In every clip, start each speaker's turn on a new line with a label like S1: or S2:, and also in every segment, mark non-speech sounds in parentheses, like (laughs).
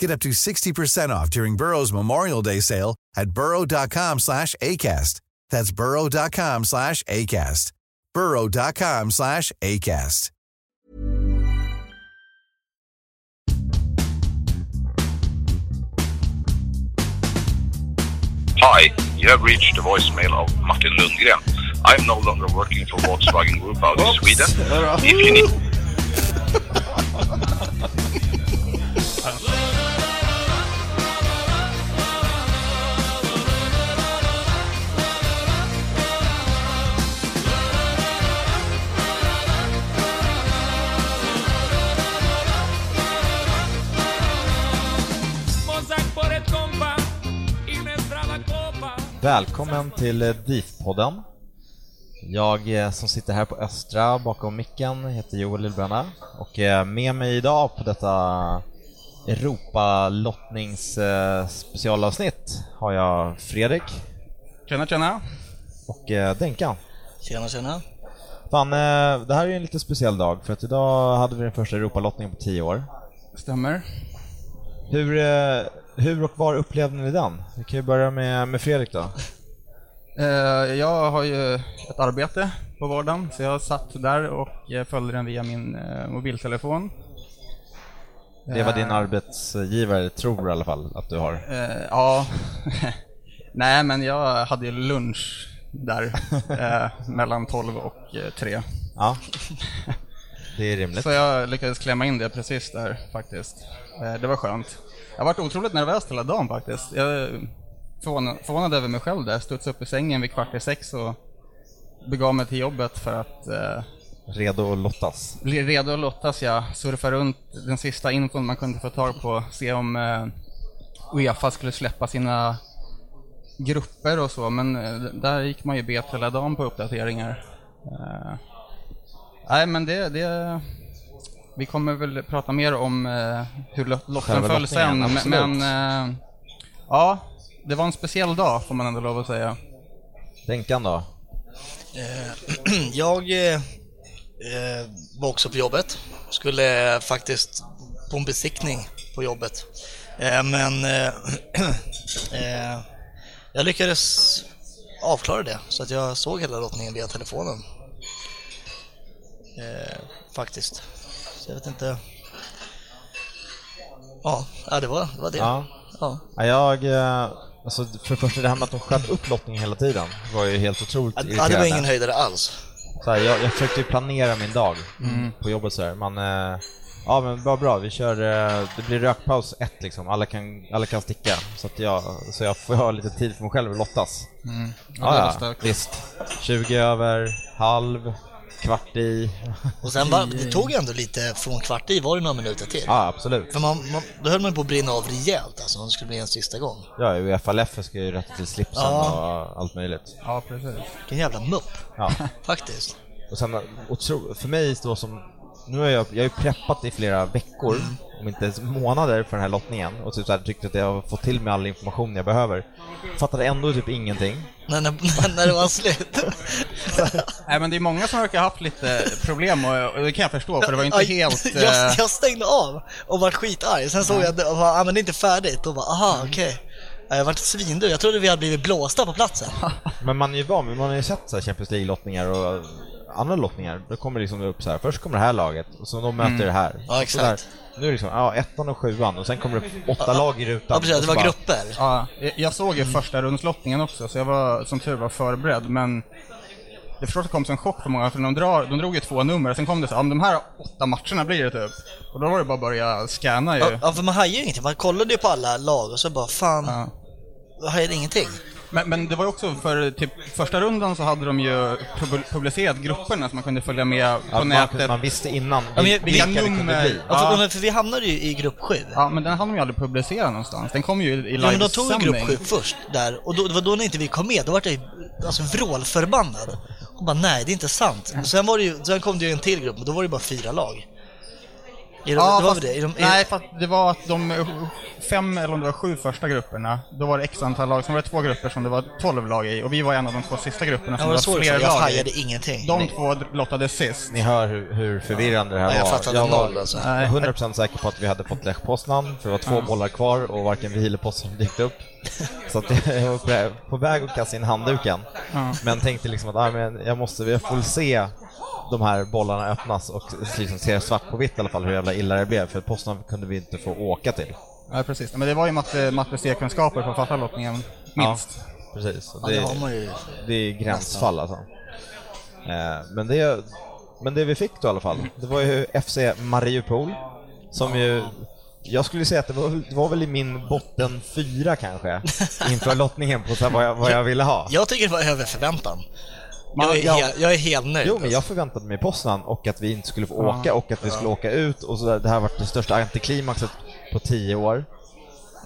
S1: Get up to 60% off during Burrow's Memorial Day sale at burrow.com slash ACAST. That's burrow.com slash ACAST. burrow.com slash ACAST.
S2: Hi, you have reached the voicemail of Martin Lundgren. I'm no longer working for Volkswagen Group out of Sweden. If you need...
S3: Välkommen till eh, DIF-podden. Jag eh, som sitter här på Östra bakom micken heter Joel Lillbränna och eh, med mig idag på detta Europalottnings eh, specialavsnitt har jag Fredrik
S4: Tjena tjena!
S3: och eh, Denkan.
S5: Tjena tjena.
S3: Fan, eh, det här är ju en lite speciell dag för att idag hade vi den första Europalottningen på 10 år.
S4: Stämmer.
S3: Hur, eh, hur och var upplevde ni den? Vi kan ju börja med, med Fredrik då.
S4: Eh, jag har ju ett arbete på vardagen, så jag satt där och eh, följde den via min eh, mobiltelefon.
S3: Det är vad din arbetsgivare tror i alla fall att du har.
S4: Eh, ja. (laughs) Nej, men jag hade ju lunch
S3: (laughs)
S4: där eh, mellan 12 och eh, 3.
S3: Ja, det är rimligt.
S4: Så jag lyckades klämma in det precis där faktiskt. Eh, det var skönt. Jag varit otroligt nervös hela dagen faktiskt. Jag eh, förvånad, förvånad över mig själv där. Studsade upp i sängen vid kvart i sex och begav mig till jobbet för att eh,
S3: Redo att lottas.
S4: bli redo att lottas jag. Surfa runt den sista infon man kunde få tag på. Se om eh, Uefa skulle släppa sina grupper och så. Men eh, där gick man ju bet hela dagen på uppdateringar. Eh, nej men det, det... Vi kommer väl prata mer om eh, hur lo- lotten
S3: Själva
S4: föll sen.
S3: lottningen,
S4: Men,
S3: absolut.
S4: men eh, ja, det var en speciell dag får man ändå lov att säga.
S3: Denkan då?
S5: Jag eh, (clears throat) eh, var också på jobbet. Skulle eh, faktiskt på en besiktning på jobbet. Eh, men eh, (clears throat) eh, jag lyckades avklara det så att jag såg hela lottningen via telefonen. Eh, faktiskt. Så jag vet inte. Ja, ja, det var det. Var det.
S3: Ja.
S5: Ja.
S3: Ja, Jag, eh, alltså för det första det här med att de sköt upp lottningen hela tiden var ju helt otroligt
S5: Ja, ja, det var
S3: irriterande.
S5: ingen höjdare alls. Mm.
S3: så här, jag, jag försökte ju planera min dag på jobbet så här. Man, eh, ja men vad bra, vi kör, eh, det blir rökpaus ett liksom, alla kan, alla kan sticka. Så att jag, så jag får ha lite tid för mig själv att lottas.
S5: Mm.
S4: det var
S3: Ja, ja,
S4: starkt.
S3: visst. 20 över, halv, kvart i.
S5: Och sen var, det tog ändå lite från kvart i, var det några minuter till?
S3: Ja, absolut.
S5: För man, man, då höll man på att brinna av rejält alltså, om det skulle bli en sista gång.
S3: Ja, Uefa-Leffe ska ju rätta till slipsen
S5: Ja.
S3: och allt möjligt.
S4: Ja, precis.
S5: Vilken jävla mupp,
S3: Ja.
S5: (laughs) faktiskt. Mm.
S3: Och sen, otro, för mig då som, nu har jag, jag har ju preppat i flera veckor om inte ens månader för den här lottningen och typ så här, tyckte att jag har fått till mig all information jag behöver. Fattade ändå typ ingenting.
S5: När, när, när det var slut.
S4: Nej men det är många som verkar ha haft lite problem och, och det kan jag förstå för det var ju (laughs) inte
S5: Ja,
S4: helt... eh,
S5: jag, jag stängde av och var skitarg. Sen såg jag att det och bara, ah, men det är inte färdigt och bara aha
S4: Mm.
S5: okej. Ja, Jag vart svindur. Jag trodde vi hade blivit blåsta på platsen.
S3: Men man är ju van vid, man har ju sett så här Champions League-lottningar och andra lottningar. Då kommer det liksom upp så här. först kommer det här laget och så de möter det här.
S5: Mm. Ja,
S3: Så där,
S5: exakt.
S3: nu är det liksom, ja, ettan och sjuan och sen kommer det upp åtta lag i rutan.
S5: Ja, precis,
S3: Och
S5: det
S3: så
S5: var
S3: bara-
S5: grupper.
S4: Ja, jag- jag såg ju första rundslottningen också, så jag var som tur var förberedd, men det förstås kom som en chock för många, för de, drar, de drog ju två nummer, och sen kom det så ja, men de här åtta matcherna blir det typ. Och då var det bara att börja scanna ju.
S5: Ja, Ja, för man hajar ju ingenting. Man kollade ju på alla lag och så bara fan,
S4: Ja.
S5: jag hajade ingenting.
S4: Men, men det var ju också för typ, första rundan så hade de ju pub- publicerat grupperna så man kunde följa med på
S3: Ja, man,
S4: nätet.
S3: man visste innan
S5: Ja, men jag-
S3: vilka
S5: vilka
S3: det kunde
S4: nummer-
S3: bli.
S5: Ja, för,
S4: Ja.
S5: men för vi hamnade ju i grupp 7. Ja,
S4: Ja, men den hann de ju aldrig publicera någonstans. Den kom ju i
S5: ja, men de tog ju
S4: livesändning.
S5: grupp 7 först där och då, det var då när inte vi kom med. Då var jag ju alltså, vrålförbannad. Och bara nej, det är inte sant. Men sen, var det ju, sen kom det ju en till grupp och då var det bara fyra lag. I de,
S4: Ja,
S5: det var
S4: fast,
S5: väl det? I de, i,
S4: nej, fast det var att de fem eller om det var sju första grupperna, då var det x antal lag, sen var det två grupper som det var tolv lag i, och vi var en av de två sista grupperna
S5: Ja,
S4: som
S5: det var
S4: det
S5: så
S4: var
S5: det
S4: fler
S5: var. Jag
S4: lag
S5: hajade
S4: i.
S5: ingenting.
S4: De två lottades sist.
S3: Ni hör hur, hur förvirrande det här
S5: Nej, jag
S3: var.
S5: fattade
S3: var
S5: noll, alltså.
S3: jag var 100% säker på att vi hade fått Lech Poznan, för det var två bollar kvar och varken vi eller Poznan (laughs) dykt upp. Så att jag var på- på väg att kasta in handduken. Men tänkte liksom att ah, men jag måste, jag får väl se de här bollarna öppnas och liksom se svart på vitt i alla fall hur jävla illa det blev, för Poznan kunde vi inte få åka till.
S4: Ja, precis. Men det var ju matte, matte C-kunskaper på första lottningen, minst.
S3: Ja, precis. Så
S5: ja, det har man ju.
S3: Det är gränsfall alltså. Eh, men, det, men det vi fick då i alla fall, det var ju FC Mariupol. Som ju, jag skulle säga att det var, det var väl i min botten
S5: (laughs)
S3: fyra kanske, inför lottningen på så här, vad, jag, vad jag ville ha.
S5: Jag tycker det var över förväntan.
S4: Man-
S5: jag, är
S4: ja.
S5: Helt, jag är helt nöjd.
S3: Jo, men jag förväntade mig Poznan och att vi inte skulle få åka och att vi skulle åka ut och så där. Det här varit det största antiklimaxet på tio år.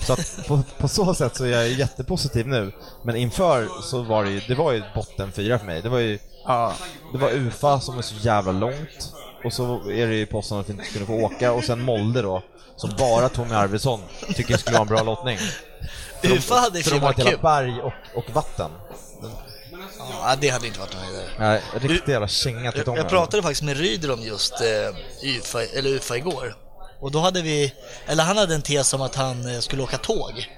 S3: Så att på, på så sätt så är jag jättepositiv nu. Men inför så var det ju, det var ju botten fyra för mig. Det var ju
S4: Ja.
S3: Det var UFA som är så jävla långt och så är det ju Poznan att vi inte skulle få åka och sen Molde då som bara Tommy Arvidsson tycker skulle vara en
S5: (laughs)
S3: bra lottning.
S5: alltså. Ufa hade i och
S3: För
S5: för sig
S3: de har
S5: varit
S3: ett jävla
S5: kul.
S3: berg och, och vatten.
S5: Ja, det hade inte varit någon höjdare.
S3: Nej, riktigt jävla känga till
S5: Jag,
S3: Tommy.
S5: jag pratade faktiskt med Ryder om just eh, UFA, eller UFA igår. Och då hade vi, eller han hade en tes om att han eh, skulle åka tåg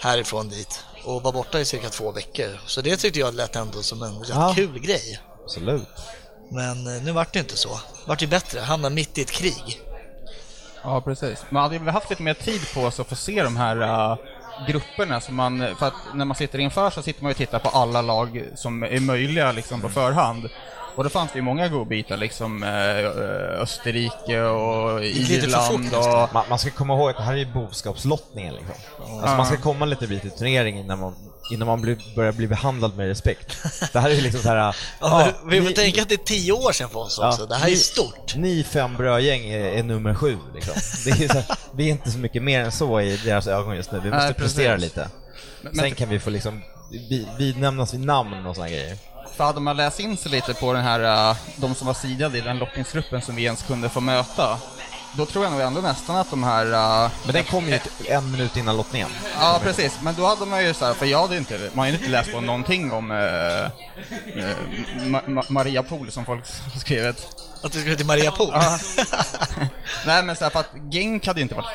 S5: härifrån dit och var borta i cirka två veckor. Så det tyckte jag lät ändå som en rätt
S3: Ja.
S5: kul grej.
S3: Absolut.
S5: Men eh, nu vart det inte så. Vart det bättre, hamnade mitt i ett krig.
S4: Ja, precis. Man hade ju haft lite mer tid på sig att få se de här äh, grupperna. Som man, för att när man sitter inför så sitter man ju och tittar på alla lag som är möjliga liksom, på förhand. Och då fanns det ju många godbitar, liksom äh, äh, Österrike och
S5: gick lite för
S4: Irland
S5: fort,
S4: och...
S3: Man, man ska komma ihåg att det här är ju bovskapslottningen liksom. Alltså man ska komma lite bit i turneringen innan man, innan man blir, börjar bli behandlad med respekt. Det här är ju liksom så (laughs) här...
S5: Ja,
S3: ah,
S5: men vi får
S3: ni-
S5: tänka att det är tio år sedan för oss
S3: Ja,
S5: också. Det här är
S3: ni-
S5: stort.
S3: Ni fem brödgäng är, är nummer sju liksom. Det
S5: (laughs)
S3: är så här, vi är inte så mycket mer än så i deras ögon just nu. Vi måste
S4: Nej, precis.
S3: prestera lite.
S4: Men-
S3: Sen
S4: men-
S3: kan vi få liksom vi, vidnämnas vid namn och såna grejer.
S4: För hade man läst in sig lite på den här, äh, de som var sidade i den lottningsgruppen som vi ens kunde få möta, då tror jag nog ändå nästan att de här... äh,
S3: Men den kom ju
S5: Eh.
S3: ut en minut innan lottningen.
S4: Ja, precis. Men då hade man ju så här, för jag hade ju inte, man hade ju inte läst på någonting om eh, eh, Ma- Ma- Maria Pool som folk har skrivit.
S5: Att vi skulle till Mariapol.
S4: Ja. (laughs) Nej, men så här, för att Genk hade ju inte varit...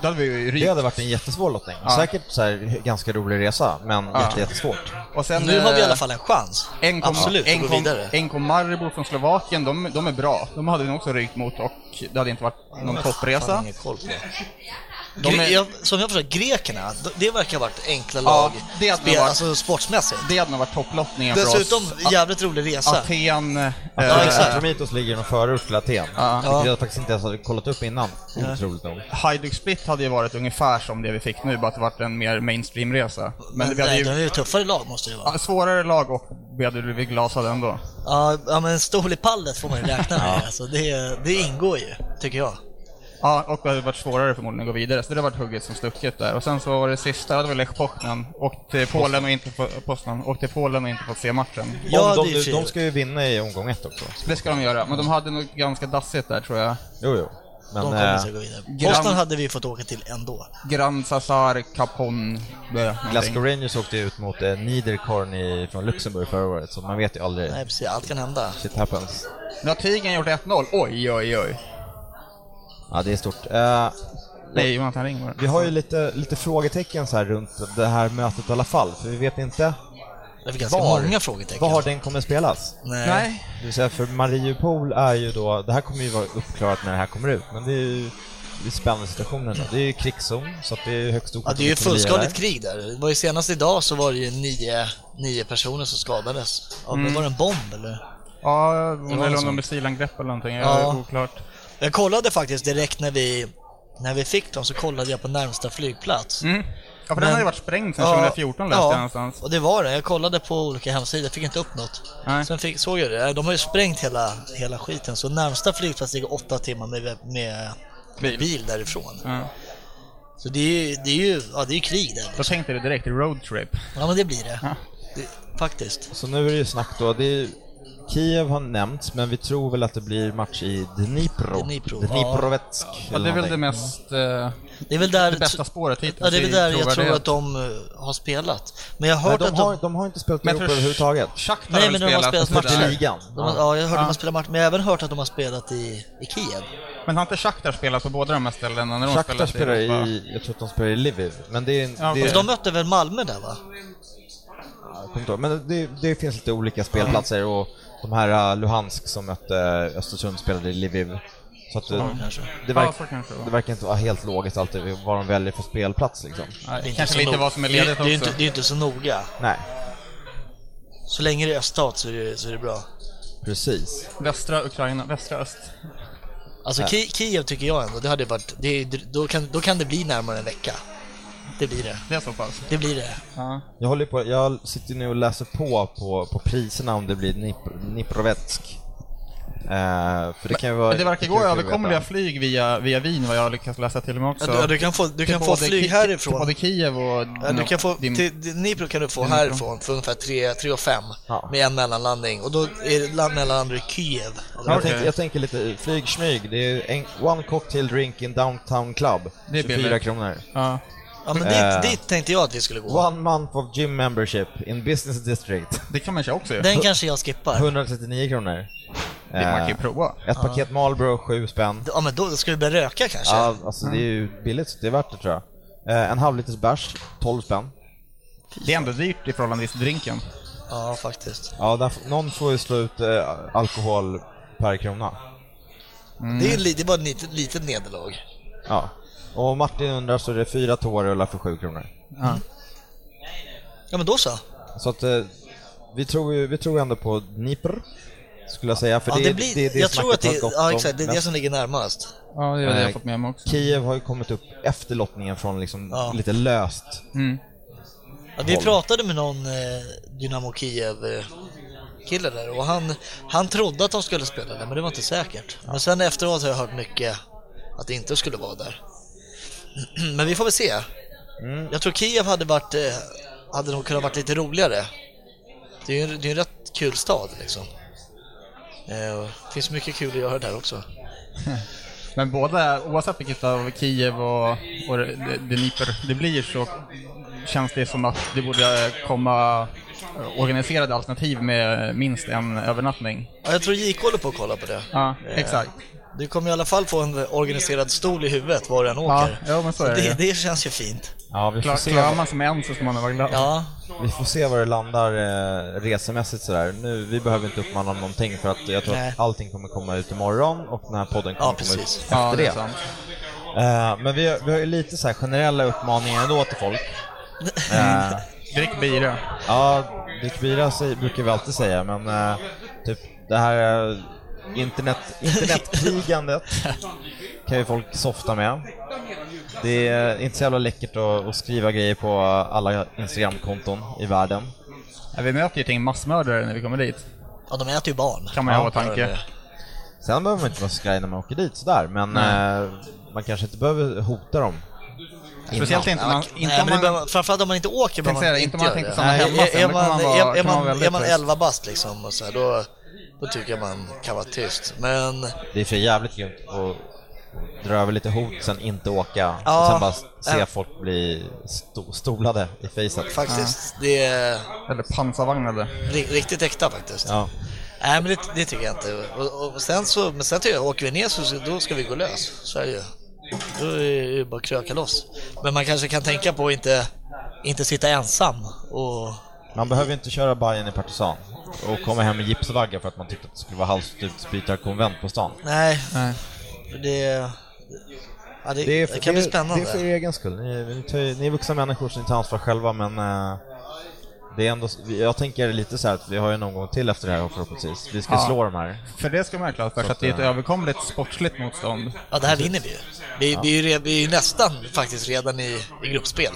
S4: Då hade vi ju
S3: Det
S4: rykt.
S3: hade varit en jättesvår lottning. Säkert så här, ganska rolig resa, men jätte, jättesvårt.
S4: Och sen,
S5: nu har vi i
S4: eh,
S5: alla fall en chans.
S4: En kom,
S5: Absolut,
S4: en
S5: att gå
S4: kom,
S5: vidare.
S4: en kom Maribor från Slovakien, de, de är bra. De hade vi nog också rykt mot och det hade inte varit någon
S5: Fan,
S4: toppresa.
S5: ingen koll på.
S4: De
S5: Gre-
S4: är-
S5: jag, som jag förstår, grekerna, d- det verkar ha varit enkla
S4: Ja,
S5: lag,
S4: det hade
S5: spel,
S4: varit.
S5: alltså sportsmässigt.
S4: Det hade nog varit topplottningen för oss.
S5: Dessutom,
S4: A-
S5: jävligt rolig resa.
S4: Aten... eh,
S5: Ja, exakt.
S3: Atromitos ligger i någon förort till Aten, vilket jag faktiskt inte ens hade kollat upp innan. Otroligt nog.
S4: Hajduk Split hade ju varit ungefär som det vi fick nu, bara att det varit en mer mainstream-resa. Men vi hade
S5: nej, det
S4: ju
S5: är ju tuffare lag måste det vara.
S4: ja, svårare lag och vi hade blivit glasade ändå.
S5: Ja, ja men stol i pallet får man ju räkna med. alltså, det, det ingår ju, tycker jag.
S4: Ja, och det hade varit svårare förmodligen att gå vidare, så det hade varit hugget som stucket där. Och sen så var det sista, det var Lech Poznan. Åkte till Polen och inte få- Poznan. Åkte till Polen och inte fått se matchen.
S5: Ja,
S3: Om
S5: det är
S3: de, nu-
S5: fint.
S3: de ska ju vinna i omgång ett också.
S4: Det ska de göra, men de hade nog ganska dassigt där tror jag.
S3: Jo, jo. Men,
S5: de kommer
S3: eh,
S5: inte gå vidare.
S4: Gran-
S5: Boston hade vi fått åka till ändå.
S4: Grand Sazar, Capon, bö,
S3: Glasgow Rangers åkte ut mot eh, Niederkorn i, från Luxemburg förra året, så man vet ju aldrig.
S5: Nej precis, allt kan hända.
S3: Shit happens.
S4: Nu har Tigern gjort 1-0. Oj, oj, oj.
S3: Ja, det är stort. Eh,
S4: Nej, Jonathan Ring var det.
S3: vi har ju lite, lite frågetecken så här runt det här mötet i alla fall, för vi vet inte
S5: Det var ganska
S3: Var?
S5: många frågetecken.
S3: var den kommer spelas.
S5: Nej.
S4: Nej.
S3: Det vill säga, för Mariupol är ju då, det här kommer ju vara uppklarat när det här kommer ut, men det är ju det är spännande situationen då. Det är ju krigszon, så att det är högst
S5: Ja,
S3: oklart
S5: Alltså, det är ju
S3: vilka som blir
S5: fullskaligt
S3: där.
S5: krig där. Det var ju senast idag så var det ju nio, nio personer som skadades. Ja, men
S4: Mm.
S5: Var det en bomb eller?
S4: Ja, eller om
S5: sån.
S4: de är silangrepp eller någonting.
S5: Ja.
S4: Ja. Oklart.
S5: Jag kollade faktiskt direkt när vi, när vi fick dem så kollade jag på närmsta flygplats.
S4: Mm. Ja, för den har ju varit sprängd sedan
S5: Ja,
S4: 2014 läste
S5: ja,
S4: jag någonstans.
S5: och det var det. Jag kollade på olika hemsidor, jag fick inte upp något.
S4: Nej.
S5: Sen fick, såg jag det. De har ju sprängt hela, hela skiten, så närmsta flygplats ligger åtta timmar med, med bil.
S4: Bil.
S5: därifrån.
S4: Ja.
S5: Så det är ju, det är ju ja, det är ju krig där.
S4: Då tänkte du direkt roadtrip.
S5: Ja, men det blir det.
S4: Ja.
S5: det faktiskt.
S3: Så nu är det ju snack då, det är ju, Kiev har nämnts, men vi tror väl att det blir match i Dnipro.
S5: Dnipro, ja.
S3: Dniprovetsk.
S4: Ja, det är väl det
S3: någonting.
S4: mest... Eh,
S5: Det är väl där
S4: det bästa spåret hittills.
S5: Ja, det är väl
S4: i
S5: där jag tror
S4: trovärdighet.
S5: att de eh, har spelat. Men jag har
S3: Nej,
S5: hört
S3: de,
S5: att de...
S3: har, de har inte spelat
S4: Men
S3: ihop
S4: jag tror
S3: överhuvudtaget.
S4: Shakhtar
S5: Nej,
S4: har
S5: men
S4: väl
S5: de har spelat
S4: och sådär.
S5: matcher.
S3: I ligan.
S5: De har, ja, jag har hört att de har spelat match, men jag har även hört att de har spelat i, i Kiev.
S4: Men har inte Shakhtar spelat på båda de här ställena? När de
S3: Shakhtar
S4: spelat
S3: spelar
S4: Europa?
S3: i, jag tror att de spelar i Lviv, men det är, en-
S4: Ja,
S3: det är
S5: Fast de mötte väl Malmö där va?
S3: Jag kommer inte ihåg. Men det, det finns lite olika spelplatser och de här eh, Luhansk som mötte Östersund spelade i Lviv. Så att det,
S5: kanske.
S3: det,
S4: Ja, så
S3: verk,
S4: kanske det var.
S3: det verkar inte vara helt logiskt alltid vad de väljer för spelplats liksom.
S4: Nej,
S5: Det är inte
S4: Kanske
S5: så
S4: lite
S5: nog-
S4: vad som är
S5: det,
S4: ledigt
S5: det,
S4: också.
S5: är inte, det är inte så noga.
S3: Nej,
S5: Så länge det är öststat så är det, så är det bra.
S3: precis.
S4: Västra Ukraina, västra öst.
S5: Alltså Ki- Kiev tycker jag ändå, det hade varit, det, är- då, kan, då kan det bli närmare en vecka. Det blir det.
S4: Det är så pass.
S5: Det blir det.
S4: Ja.
S3: Jag, håller på, jag sitter nu och läser på på, på priserna om det blir Dnipr- Dniprovetsk. Eh, för det kan ju vara...
S4: Men det verkar
S3: kan
S4: gå
S3: ju vara kul att
S4: överkomliga
S3: veta.
S4: flyg via, via Wien vad jag har lyckats läsa till och med också.
S5: Ja, du, du kan få, du
S4: Till
S5: kan få
S4: både
S5: flyg
S4: Ki- till
S5: härifrån.
S4: Både Kiev och...
S5: Ja, du kan få,
S4: din-
S5: till Dnipro kan du få härifrån för ungefär 3 3 och 5
S3: Ja.
S5: med en mellanlandning och då är det land- mellanlandar i Kiev.
S3: Men Jag,
S4: Okej.
S3: tänker, jag tänker lite flygsmyg. Det är en, One Cocktail Drink in Downtown Club.
S4: Det är
S3: 24
S4: billigt.
S3: kronor.
S4: Ja.
S5: Ja, men dit,
S3: Eh.
S5: dit tänkte jag att vi skulle gå.
S3: One month of gym membership in business district.
S4: (laughs) Det kan man köra också ju.
S5: Den kanske jag skippar.
S3: 139 kronor. Eh,
S4: Det man kan ju prova.
S3: Ett paket Marlboro, 7 spänn.
S5: Ja, men då ska vi börja röka kanske.
S3: Ja, alltså det är ju billigt, så det är värt det tror jag. Eh, en halv liters bärs, 12 spänn.
S4: Det är ändå dyrt i förhållande till drinken.
S5: Ja, faktiskt.
S3: Ja, där, f- någon får ju slå ut eh, alkohol per krona.
S5: Mm.
S4: Mm.
S5: Det, är, li- det är bara ett litet, litet nederlag.
S3: Ja. Och om Martin undrar så är det fyra tårölar för 7 kronor.
S5: Ja, men då så.
S3: Så att eh, vi, tror ju, vi tror ändå på Dnipr, skulle jag säga. För
S5: Ja,
S3: det,
S5: det
S3: är-
S5: blir,
S3: det är det
S5: jag
S3: snacket
S5: tror att det,
S3: har gått
S5: ja,
S3: om
S5: exakt, det är det
S3: mest.
S5: som ligger närmast.
S4: Ja, det är det
S3: Nej.
S4: jag fått med mig också.
S3: Kiev har ju kommit upp efter lottningen från liksom
S5: Ja.
S3: lite löst
S4: Mm.
S5: Ja, vi
S3: Håll.
S5: pratade med någon eh, Dynamo Kiev-kille där och han, han trodde att de skulle spela där, men det var inte säkert. Men sen efteråt har jag hört mycket att det inte skulle vara där. (clears throat) Men vi får väl se. Jag tror Kiev hade varit, eh, hade nog kunnat varit lite roligare. Det är ju en, det är en rätt kul stad liksom. Eh, och det finns mycket kul att göra där också.
S4: (laughs) Men båda, oavsett vilket av Kiev och, och det- det- Dnipro det blir så känns det som att det borde komma organiserade alternativ med minst en övernattning.
S5: Ja, jag tror JK håller på att kolla på det.
S4: Ja, exakt.
S5: Du kommer i alla fall få en organiserad stol i huvudet var du än
S4: Ja,
S5: åker.
S4: ja men så är det,
S5: det,
S4: ju.
S5: det känns ju fint.
S3: Ja, vi får,
S4: Klar,
S3: se,
S4: Klarar man sig med en så ska man vara glad.
S5: Ja,
S3: vi får se var det landar eh, resemässigt sådär. Nu, vi behöver inte uppmana någonting för att jag tror
S5: Nej.
S3: att allting kommer komma ut imorgon och den här podden kommer
S5: Ja,
S3: komma
S5: precis.
S3: ut efter
S4: Ja, det
S3: det.
S4: är sant.
S3: Eh, men vi har, vi har ju lite så här generella uppmaningar ändå till folk. Eh,
S4: Drick bira.
S3: ja, drick bira säger- brukar vi alltid säga, men eh, typ det här eh, internet,
S4: (laughs)
S3: internetkrigandet kan ju folk softa med. Det är inte så jävla läckert att, att skriva grejer på alla Instagramkonton i världen.
S4: Ja, vi möter ju ett gäng massmördare när vi kommer dit.
S5: ja de äter ju barn.
S4: Kan man ju ha i
S5: Ja,
S4: åtanke.
S3: Sen behöver man inte vara så skraj när man åker dit sådär, men eh, man kanske inte behöver hota dem.
S4: Speciellt inte, man, inte
S5: Nej, men
S4: om
S5: det
S4: man...
S5: behöver, man- framförallt om man inte åker behöver
S4: Tänkte säga
S5: man
S4: det,
S5: inte
S4: inte om man
S5: göra
S4: tänker
S5: det.
S4: stanna hemma sen,
S5: är
S4: då
S5: man,
S4: kan man vara-
S5: är, är
S4: kan man
S5: man,
S4: vara
S5: är man
S4: väldigt-
S5: 11 bast liksom, och så här, då, då tycker jag man kan vara tyst. Men
S3: Det är för jävligt grymt att dra över lite hot, sen inte åka, och
S5: Ja.
S3: sen bara s- se
S5: Ja.
S3: folk bli sto- stolade i facet.
S5: Faktiskt, det är
S4: Eller pansarvagnade.
S5: ri- riktigt äkta faktiskt.
S3: Ja.
S5: Nej, men det, det tycker jag inte. Och, och sen så, men sen tycker jag, åker vi ner så så- då ska vi gå lös. Så är det ju. Då är det ju bara att kröka loss. Men man kanske kan tänka på att inte, inte sitta ensam. Och,
S3: Man behöver ju inte köra Bajen i partisan och komma hem med gipsvagga för att man tyckte att det skulle vara halvt konvent på stan.
S5: nej, det, ja, det, det, kan bli spännande.
S3: Det är för er egen skull. Ni, ni, tar, ju- ni är vuxna människor som ni tar ansvar själva, men eh, det är ändå, s- vi- jag tänker lite så här att vi har ju en omgång till efter det här förhoppningsvis. Vi ska
S4: Ja.
S3: slå de här.
S4: För det ska man ha klart för sig, att det är ett överkomligt sportsligt motstånd.
S5: ja, det här vinner vi ju. Vi, vi, är ju re- vi är ju nästan faktiskt redan i, i gruppspel.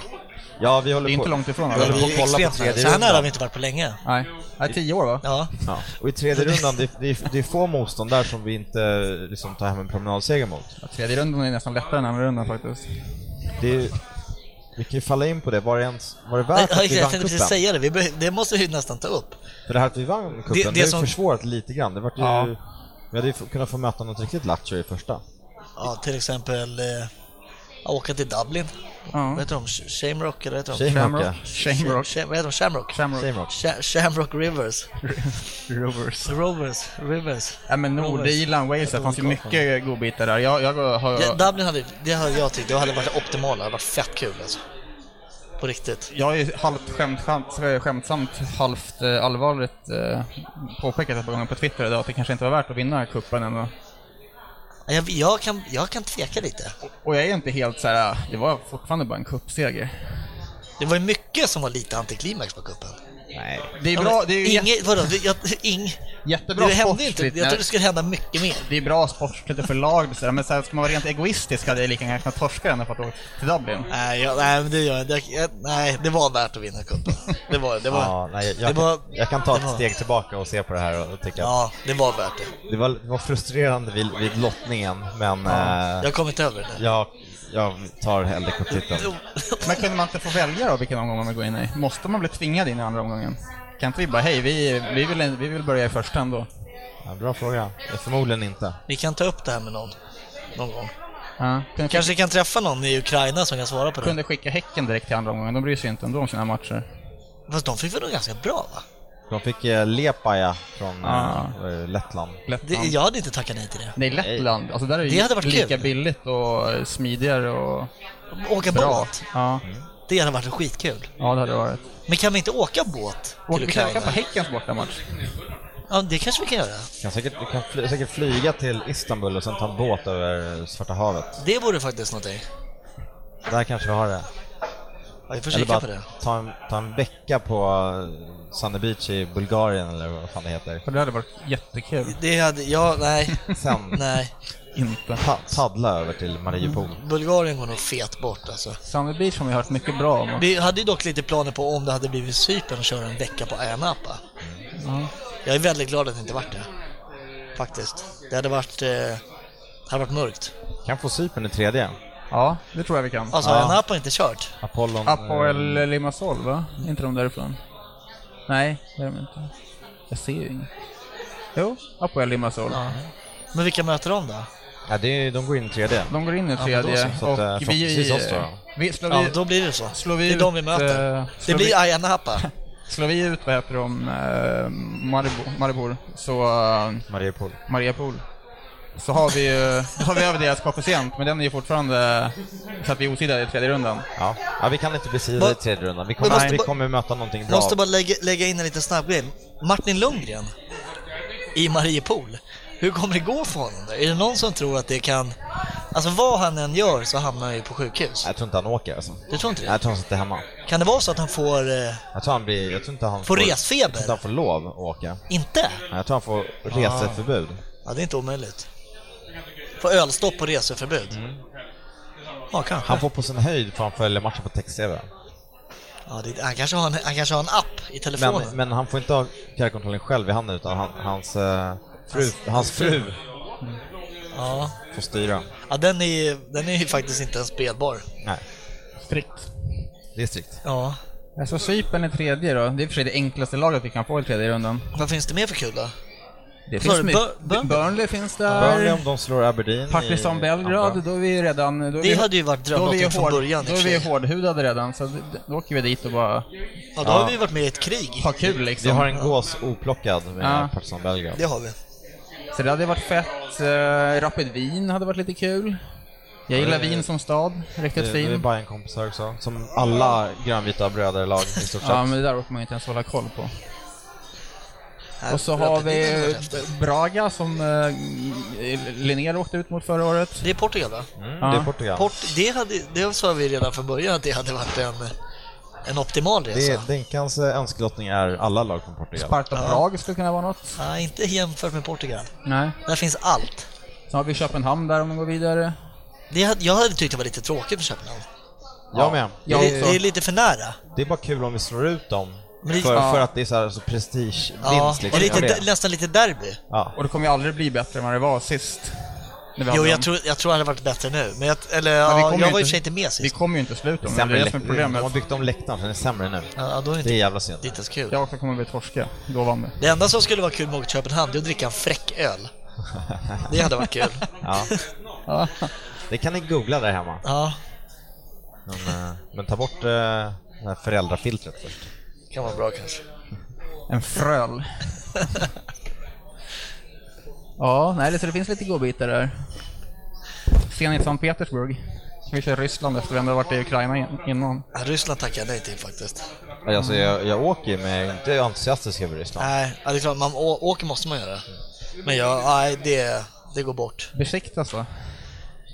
S3: Ja, vi håller
S4: Det är
S3: på.
S4: inte långt ifrån.
S5: Vi
S3: håller
S4: Eller?
S3: på
S5: är
S3: att kolla på
S5: extremt nära.
S3: tredje
S5: Så här nära har
S3: rundan.
S5: vi inte varit på länge.
S4: Nej. Nej, tio år va?
S5: Ja,
S3: Ja. Och
S4: (laughs)
S3: i tredje rundan, det, det, är, det är få motstånd där som vi inte liksom, tar hem en promenadseger mot.
S4: Tredje rundan är nästan lättare än andra rundan faktiskt.
S3: Det är, vi kan ju falla in på det. Var det, ens, var det
S5: Ja,
S3: värt att
S5: jag
S3: vi vann
S5: tänkte precis
S3: cupen?
S5: säga det. Vi, be- det måste vi ju nästan ta upp.
S3: För det här att vi vann cupen, det,
S5: Det-
S3: har
S5: det
S3: ju
S5: som-
S3: försvårat lite grann. Det vart ju,
S4: Ja.
S3: Vi hade ju f- kunnat få möta något riktigt lattjo i första.
S5: Ja, till exempel eh, åka till Dublin. Vad
S4: Ja.
S5: heter de? Sh- Shamrock eller vad heter de?
S3: Shamrock,
S5: Shamrock.
S4: Shamrock. Shamrock.
S5: Vad heter de? Shamrock?
S4: Shamrock.
S3: Shamrock.
S5: Sha- Shamrock Rivers.
S4: Rovers.
S5: Rovers. Rivers.
S4: Ja men Nordirland, Wales, det fanns ju mycket godbitar där. Jag, jag har...
S5: Ja, Dublin hade, det hade jag tyckt, det hade varit optimalt. Det hade varit fett kul alltså. På riktigt.
S4: Jag har ju halvt skämtsamt, skämtsamt halvt eh, allvarligt eh, påpekat ett par gånger på Twitter idag att det kanske inte var värt att vinna cupen ändå.
S5: Ja, Jag, jag, kan, jag kan tveka lite.
S4: Och jag är inte helt så här. ah, det var fortfarande bara en cupseger.
S5: Det var ju mycket som var lite antiklimax på cupen.
S4: Nej. Det är bra, det är ju jä-
S5: Inget, vadå? Vi- Jag, ing,
S4: jättebra
S5: det hände
S4: sportsligt.
S5: inte. Jag
S4: när-
S5: trodde det skulle hända mycket mer.
S4: det är bra sportsligt och för lag och sådär, men så här, ska man vara rent egoistisk hade jag lika gärna kunnat torska den här för att åka
S5: (laughs)
S4: till Dublin.
S5: Nej, jag, nej, men det gör jag inte. jag, jag, Nej, det var värt att vinna cupen. Det var det. Var,
S3: Ja, nej, jag, jag,
S5: det var,
S3: kan, jag kan ta
S5: det
S3: ett
S5: var-
S3: steg tillbaka och se på det här och tycka
S5: Ja, det var värt det.
S3: att det var, det var frustrerande vid, vid lottningen, men eh,
S5: Jag kommer inte över det.
S3: jag, jag tar hellre kupptiteln.
S4: Men kunde man inte få välja då vilken omgång man vill gå in i? Måste man bli tvingad in i andra omgången? Kan inte vi bara, hej, vi, vi, vill, vi vill börja i första ändå?
S3: Ja, bra fråga. Eh, Förmodligen inte.
S5: Vi kan ta upp det här med någon. Någon gång.
S4: Ja. Kunde,
S5: Kanske kan träffa någon i Ukraina som kan svara på det.
S4: kunde skicka Häcken direkt till andra omgången, de bryr sig inte ändå om sina matcher.
S5: Fast de fick väl nog ganska bra va?
S3: De fick eh, Lepaja från
S4: Ah.
S3: eh, Lettland.
S5: Det,
S4: Lettland.
S5: Jag hade inte tackat nej till det. Eh,
S4: Nej, Lettland. Alltså där är det,
S5: Det
S4: ju
S5: hade varit
S4: lika
S5: kul.
S4: billigt och eh, smidigare och
S5: Åka
S4: bra.
S5: båt,
S4: Ja.
S5: det hade varit skitkul.
S4: ja, det hade det varit.
S5: Men kan vi inte åka båt
S4: Och
S5: till
S4: vi kan åka på
S5: Ukraina?
S4: Häckens bortamatch.
S5: Ja, det kanske vi kan göra.
S3: Kan säkert, vi kan fly, säkert flyga till Istanbul och sen ta en båt över eh, Svarta havet.
S5: Det vore faktiskt någonting.
S3: Där kanske vi har det.
S5: Ja, vi får
S3: Eller
S5: kika på
S3: bara
S5: det.
S3: ta en, ta en vecka på eh, Sunny Beach i Bulgarien eller vad fan det heter.
S4: För det hade varit jättekul.
S5: Det hade, ja, nej,
S3: Sen
S5: nej.
S4: Inte.
S3: pa- paddla över till Mariupol.
S5: Bulgarien går nog fet bort alltså.
S4: Sunny Beach har vi hört mycket bra om.
S5: Vi hade ju dock lite planer på om det hade blivit Cypern att köra en vecka på Ayia Napa. Jag är väldigt glad att det inte vart det. Faktiskt. Det hade varit, eh, det hade varit mörkt.
S3: Kan få Cypern i tredje.
S4: Ja, det tror jag vi kan.
S5: Alltså Ayia Napa har inte kört.
S3: Apollon... eh,
S4: Apoel Limassol, va? inte de därifrån? Nej, det är de inte. Jag ser ju inget. Jo, Apoel Limassol.
S5: Men vilka möter de då?
S3: Ja, det är, de går in i tredje.
S4: De går in i tredje
S3: då så. Så att, eh,
S4: och vi...
S3: förhoppningsvis oss då.
S4: vi slår
S5: Ja,
S4: vi,
S5: då blir det så.
S4: slår vi
S5: det är de vi
S4: ut,
S5: möter.
S4: eh,
S5: det
S4: slår vi-
S5: blir Ayia Napa.
S4: (laughs) Slår vi ut, vad heter de, eh, Maribor, Maribor så eh,
S3: Mariupol.
S4: Mariapol. Så har vi
S5: (laughs)
S4: ju, då har vi över deras koefficient, men den är ju fortfarande så att vi är osidade i tredje rundan.
S3: Ja. ja, vi kan inte bli sidade i tredje rundan. Vi kommer,
S5: Men måste
S3: vi
S5: bara-
S3: kommer möta någonting bra.
S5: Måste bara lägga, lägga in en liten snabb grej. Martin Lundgren i Mariepol. Hur kommer det gå för honom där? Är det någon som tror att det kan... Alltså vad han än gör så hamnar han ju på sjukhus.
S3: Jag tror inte han åker alltså.
S5: Du tror inte
S3: Nej, Jag
S5: det?
S3: tror han sitter hemma.
S5: Kan det vara så att han får... Eh,
S3: Jag tror, han blir, jag tror inte han
S5: Får resfeber?
S3: Jag tror inte han får lov att åka.
S5: inte?
S3: Nej, Jag tror han får reseförbud.
S5: Ja, det är inte omöjligt. Får ölstopp och reseförbud?
S3: Mm.
S5: Ja, kanske.
S3: Han får på sin höjd för han följer matchen på text-tv.
S5: Ja, det, han, kanske har en, han kanske har en app i telefonen.
S3: Men, men han får inte ha fjärrkontrollen själv i handen utan han, hans, eh, fru, hans fru
S5: Ja.
S3: får styra.
S5: ja, den är den är ju faktiskt inte ens spelbar.
S3: Nej,
S4: Strikt. Alltså,
S3: det är strikt.
S5: Ja.
S4: Så Cypern är tredje då. Det är i och för sig det enklaste laget vi kan få i tredje rundan.
S5: Vad finns det mer för kul då? Sorry,
S4: Det finns mycket.
S5: Bur- Burnley?
S4: Burnley finns
S3: Burnley
S4: där.
S3: om de slår Aberdeen i
S4: Partizan
S3: andra.
S4: Belgrad, då är vi redan... Då är
S5: Det
S4: vi,
S5: hade ju varit
S4: då är vi
S5: drömlotting från
S4: hård-
S5: början i
S4: Då
S5: och
S4: är
S5: för
S4: vi
S5: sig.
S4: hårdhudade redan, så d- då åker vi dit och bara
S5: Ja, då har vi varit med i ett krig.
S4: har kul liksom.
S3: Vi har en gås oplockad med
S4: Ja.
S3: Partizan Belgrad.
S5: Det har vi.
S4: Så det hade varit fett. Eh, Rapid Wien hade varit lite kul. Jag gillar Wien som stad, riktigt
S3: Det, det är
S4: fin.
S3: Bajen-kompisar också, som alla grönvita bröderlag i stort
S4: (laughs)
S3: sett.
S4: Ja, men det där orkar man ju inte ens hålla koll på.
S5: Här,
S4: Och så har vi
S5: Rapidinen har varit
S4: eh,
S5: efter.
S4: Braga som eh, Linnér åkte ut mot förra året.
S5: Det är Portugal va?
S3: mm, det är Portugal.
S5: Port, det, hade, det sa vi redan från början att det hade varit en, en optimal resa.
S3: det är, Denkans eh, önskelottning är alla lag från Portugal.
S4: Sparta Prag skulle kunna vara något.
S5: Nej, inte jämfört med Portugal.
S4: Nej.
S5: Där finns allt.
S4: Sen har vi Köpenhamn där om de går vidare.
S5: Det hade, jag hade tyckt det var lite tråkigt för Köpenhamn.
S3: Jag med.
S4: Ja,
S5: det,
S4: också.
S5: det är lite för nära.
S3: Det är bara kul om vi slår ut dem.
S5: Men det-
S3: För,
S4: Ja.
S3: för att det är så här, så prestige
S5: Ja,
S3: liksom.
S5: och lite,
S3: Ja, det-
S5: de- nästan lite derby.
S3: ja.
S4: Och det kommer ju aldrig bli bättre än vad det var sist. När vi hade
S5: Jo, jag
S4: dem.
S5: tror, jag tror det hade varit bättre nu. Men jag, eller,
S4: Men vi
S5: ja,
S4: kommer
S5: jag
S4: ju
S5: var i och för sig inte med sist.
S4: Vi kommer ju inte sluta om det. Det
S3: Sämre
S4: är det
S3: läkt-
S4: som är
S3: De har
S4: problemet.
S3: byggt om läktaren, så den är sämre nu.
S5: Ja, då är det
S3: Det är
S5: inte
S3: jävla synd.
S5: lite så kul.
S4: Jag också kommer bli torska, lovande.
S5: Det enda som skulle vara kul med att åka till Köpenhamn, det är att dricka en fräck öl. Det hade varit kul.
S3: (laughs) Ja. Det kan ni googla där hemma.
S5: Ja,
S3: Men, eh, men ta bort eh, det här föräldrafiltret först.
S5: kan vara bra kanske.
S4: En fröl. ja, nej, så det finns lite godbitar där. Zenit Sankt Petersburg. Vi kör Ryssland efter vi ändå varit i Ukraina in- innan.
S5: Ja, Ryssland tackar jag nej till faktiskt.
S3: Alltså, jag, jag åker ju men jag är inte entusiastisk över Ryssland.
S5: Mm. Nej, ja, det är klart, man å- åker måste man göra. Men jag, nej, det, det går bort.
S4: Besiktas va?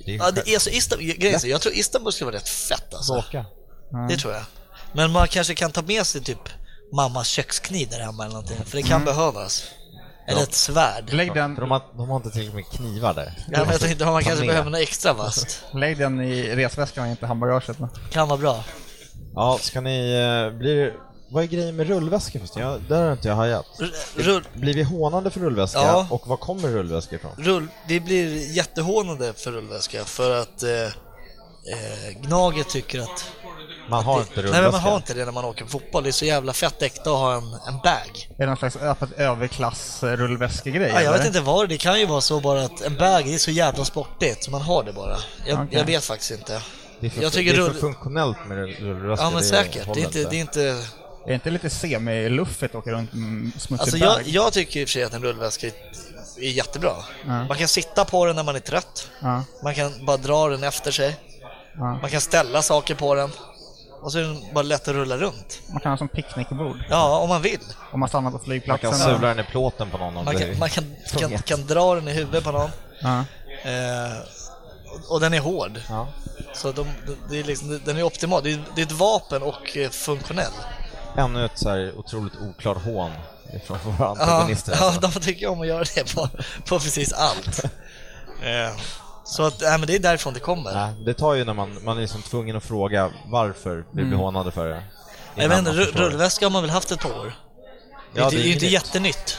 S3: Det är
S5: Ja, det är så Istanbul, grejen, är, jag tror Istanbul skulle vara rätt fett alltså.
S3: åka.
S5: Det tror jag. Men man kanske kan ta med sig typ mammas kökskniv där hemma eller någonting, för det kan behövas. Eller ett svärd.
S4: Mm. Lägg
S3: För de
S4: den,
S3: har, de har inte tillräckligt med knivar där.
S5: Ja, men jag tänkte man
S3: Ta
S5: kanske
S3: med.
S5: behöver något extra vasst.
S4: lägg den i resväskan, inte handbagaget. va?
S5: Kan vara bra.
S3: Ja, ska ni... eh, Blir, vad är grejen med rullväska förresten? Jag, där har inte jag hajat.
S5: R- Rull,
S3: Blir vi hånade för rullväska?
S5: Ja.
S3: Och var kommer rullväska ifrån?
S5: rull, vi blir jättehånade för rullväska för att eh, eh, Gnaget tycker att...
S3: Man har inte rullväska.
S5: Nej men man har inte det när man åker på fotboll, det är så jävla fett äkta att ha en, en bag.
S4: Är det någon slags öppet överklass eh, rullväskegrej?
S5: Ja, jag
S4: eller?
S5: vet inte vad det det kan ju vara så bara att en bag det är så jävla sportigt, så man har det bara. Jag,
S4: Okej.
S5: jag vet faktiskt inte.
S3: Det är för,
S5: Jag tycker
S3: det är för
S5: rull-
S3: funktionellt med rull- rullväska.
S5: Ja men
S3: det
S5: säkert, det
S3: håller
S5: är inte... Det är inte
S4: Är det inte lite semiluffigt att åka runt med smutsig
S5: alltså
S4: bag?
S5: jag, jag tycker i och för sig att en rullväska är, är jättebra. Man kan sitta på den när man är trött.
S4: Ja,
S5: Man kan bara dra den efter sig.
S4: ja.
S5: Man kan ställa saker på den. Och så är den bara lätt att rulla runt.
S4: Man kan ha som picknickbord
S5: Ja, om man vill.
S4: om man stannar på
S3: Man kan
S4: flygplatsen.
S3: sula den i plåten på någon om
S5: Man
S3: det
S5: kan, man kan, kan,
S3: Tungt.
S5: kan dra den i huvudet på någon.
S4: Ja.
S5: Eh, och- och den är hård.
S3: Ja.
S5: Så de, det är liksom, den är optimal. Det är, det är ett vapen och eh, funktionell.
S3: Ännu ett så här otroligt oklart hån från våra
S5: Ja,
S3: antagonister.
S5: ja,
S3: alltså.
S5: de tycker om att göra det på, på precis
S3: (laughs)
S5: allt. Eh, så att, nej, men det är därifrån det kommer.
S3: Nej, det tar ju när man, man är liksom tvungen att fråga varför vi blir hånade för det.
S5: Mm. Jag vet inte, ru- rullväska har man väl haft ett par år? Det, det är ju inte jättenytt.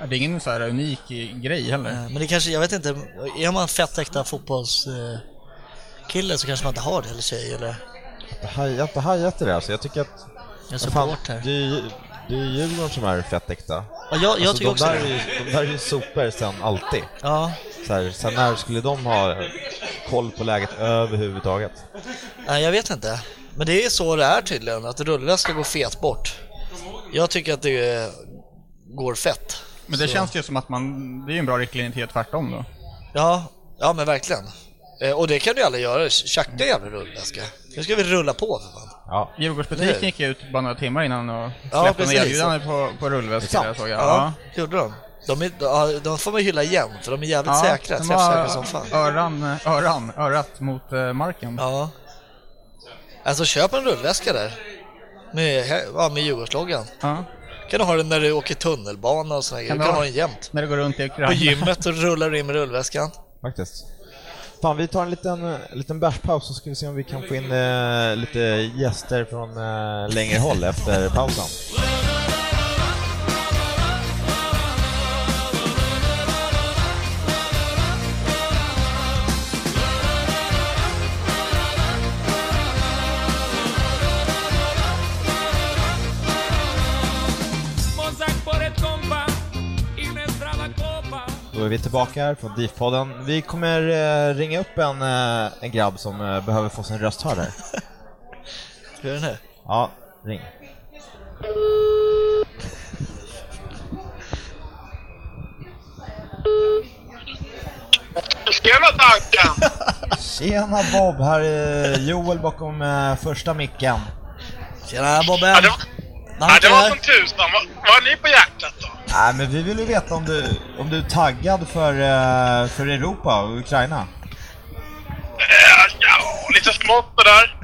S4: Ja, Det är ingen så här unik i- grej heller.
S5: Eh, Men det kanske, jag vet inte, är man fett äkta fotbollskille så kanske man inte har det, eller tjej, eller
S3: Jag har inte hajat det där, så jag tycker att...
S5: en
S3: vad fan,
S5: supporter.
S3: det är ju- det är ju Djurgården som är fett äkta.
S5: Ja, jag, jag
S3: Alltså,
S5: tycker
S3: de,
S5: också
S3: där
S5: det.
S3: är ju, de där är ju sopor sen alltid.
S5: Ja,
S3: Så här, sen när skulle de ha koll på läget överhuvudtaget?
S5: nej, jag vet inte. Men det är så det är tydligen, att rullväska går fet bort. Jag tycker att det eh, går fett.
S4: Men det känns ju som att man, det är ju en bra riktlinje till tvärtom då.
S5: Ja, ja men verkligen. Eh, Och det kan du ju aldrig göra, tjacka jävla rullväska. Nu ska vi rulla på för fan.
S3: Ja.
S4: Djurgårdsbutiken gick ju ut bara några timmar innan och
S5: Ja,
S4: släppte en
S5: precis.
S4: erbjudande på, på rullväskor där såg jag.
S5: Ja, det gjorde de. De, är, ja, de får man hylla igen, för de är jävligt säkra,
S4: de
S5: träffsäkra
S4: har
S5: som fan.
S4: Öran, öran, örat mot eh, marken.
S5: Ja. Alltså köp en rullväska där. Med, ja, med Djurgårdsloggan.
S4: Ja.
S5: Kan du ha den när du åker tunnelbana och sådana grejer. Du kan ha den jämt.
S4: När du går runt i
S5: På
S4: Ukraina.
S5: gymmet så rullar du in med rullväskan.
S3: Faktiskt. Fan, vi tar en liten, eh, liten bärspaus så ska vi se om vi kan få in eh, lite gäster från eh, längre håll efter pausen.
S6: Mozart por el compa y una entrada con
S3: är vi tillbaka här från DIF-podden. Vi kommer eh, ringa upp en, eh, en grabb som eh, behöver få sin röst hörd här.
S5: Hur är det nu?
S3: Ja, ring.
S7: Tjena Danken!
S3: Tjena Bob, här är Joel bakom eh, första micken.
S5: Tjena Bobben!
S7: Ja, det var, ja, det var som tusan. Vad, vad har ni på hjärtat då?
S3: Nej, men vi vill ju veta om du, om du är taggad för, eh, för Europa och Ukraina.
S7: Eh, ja, lite smått det där.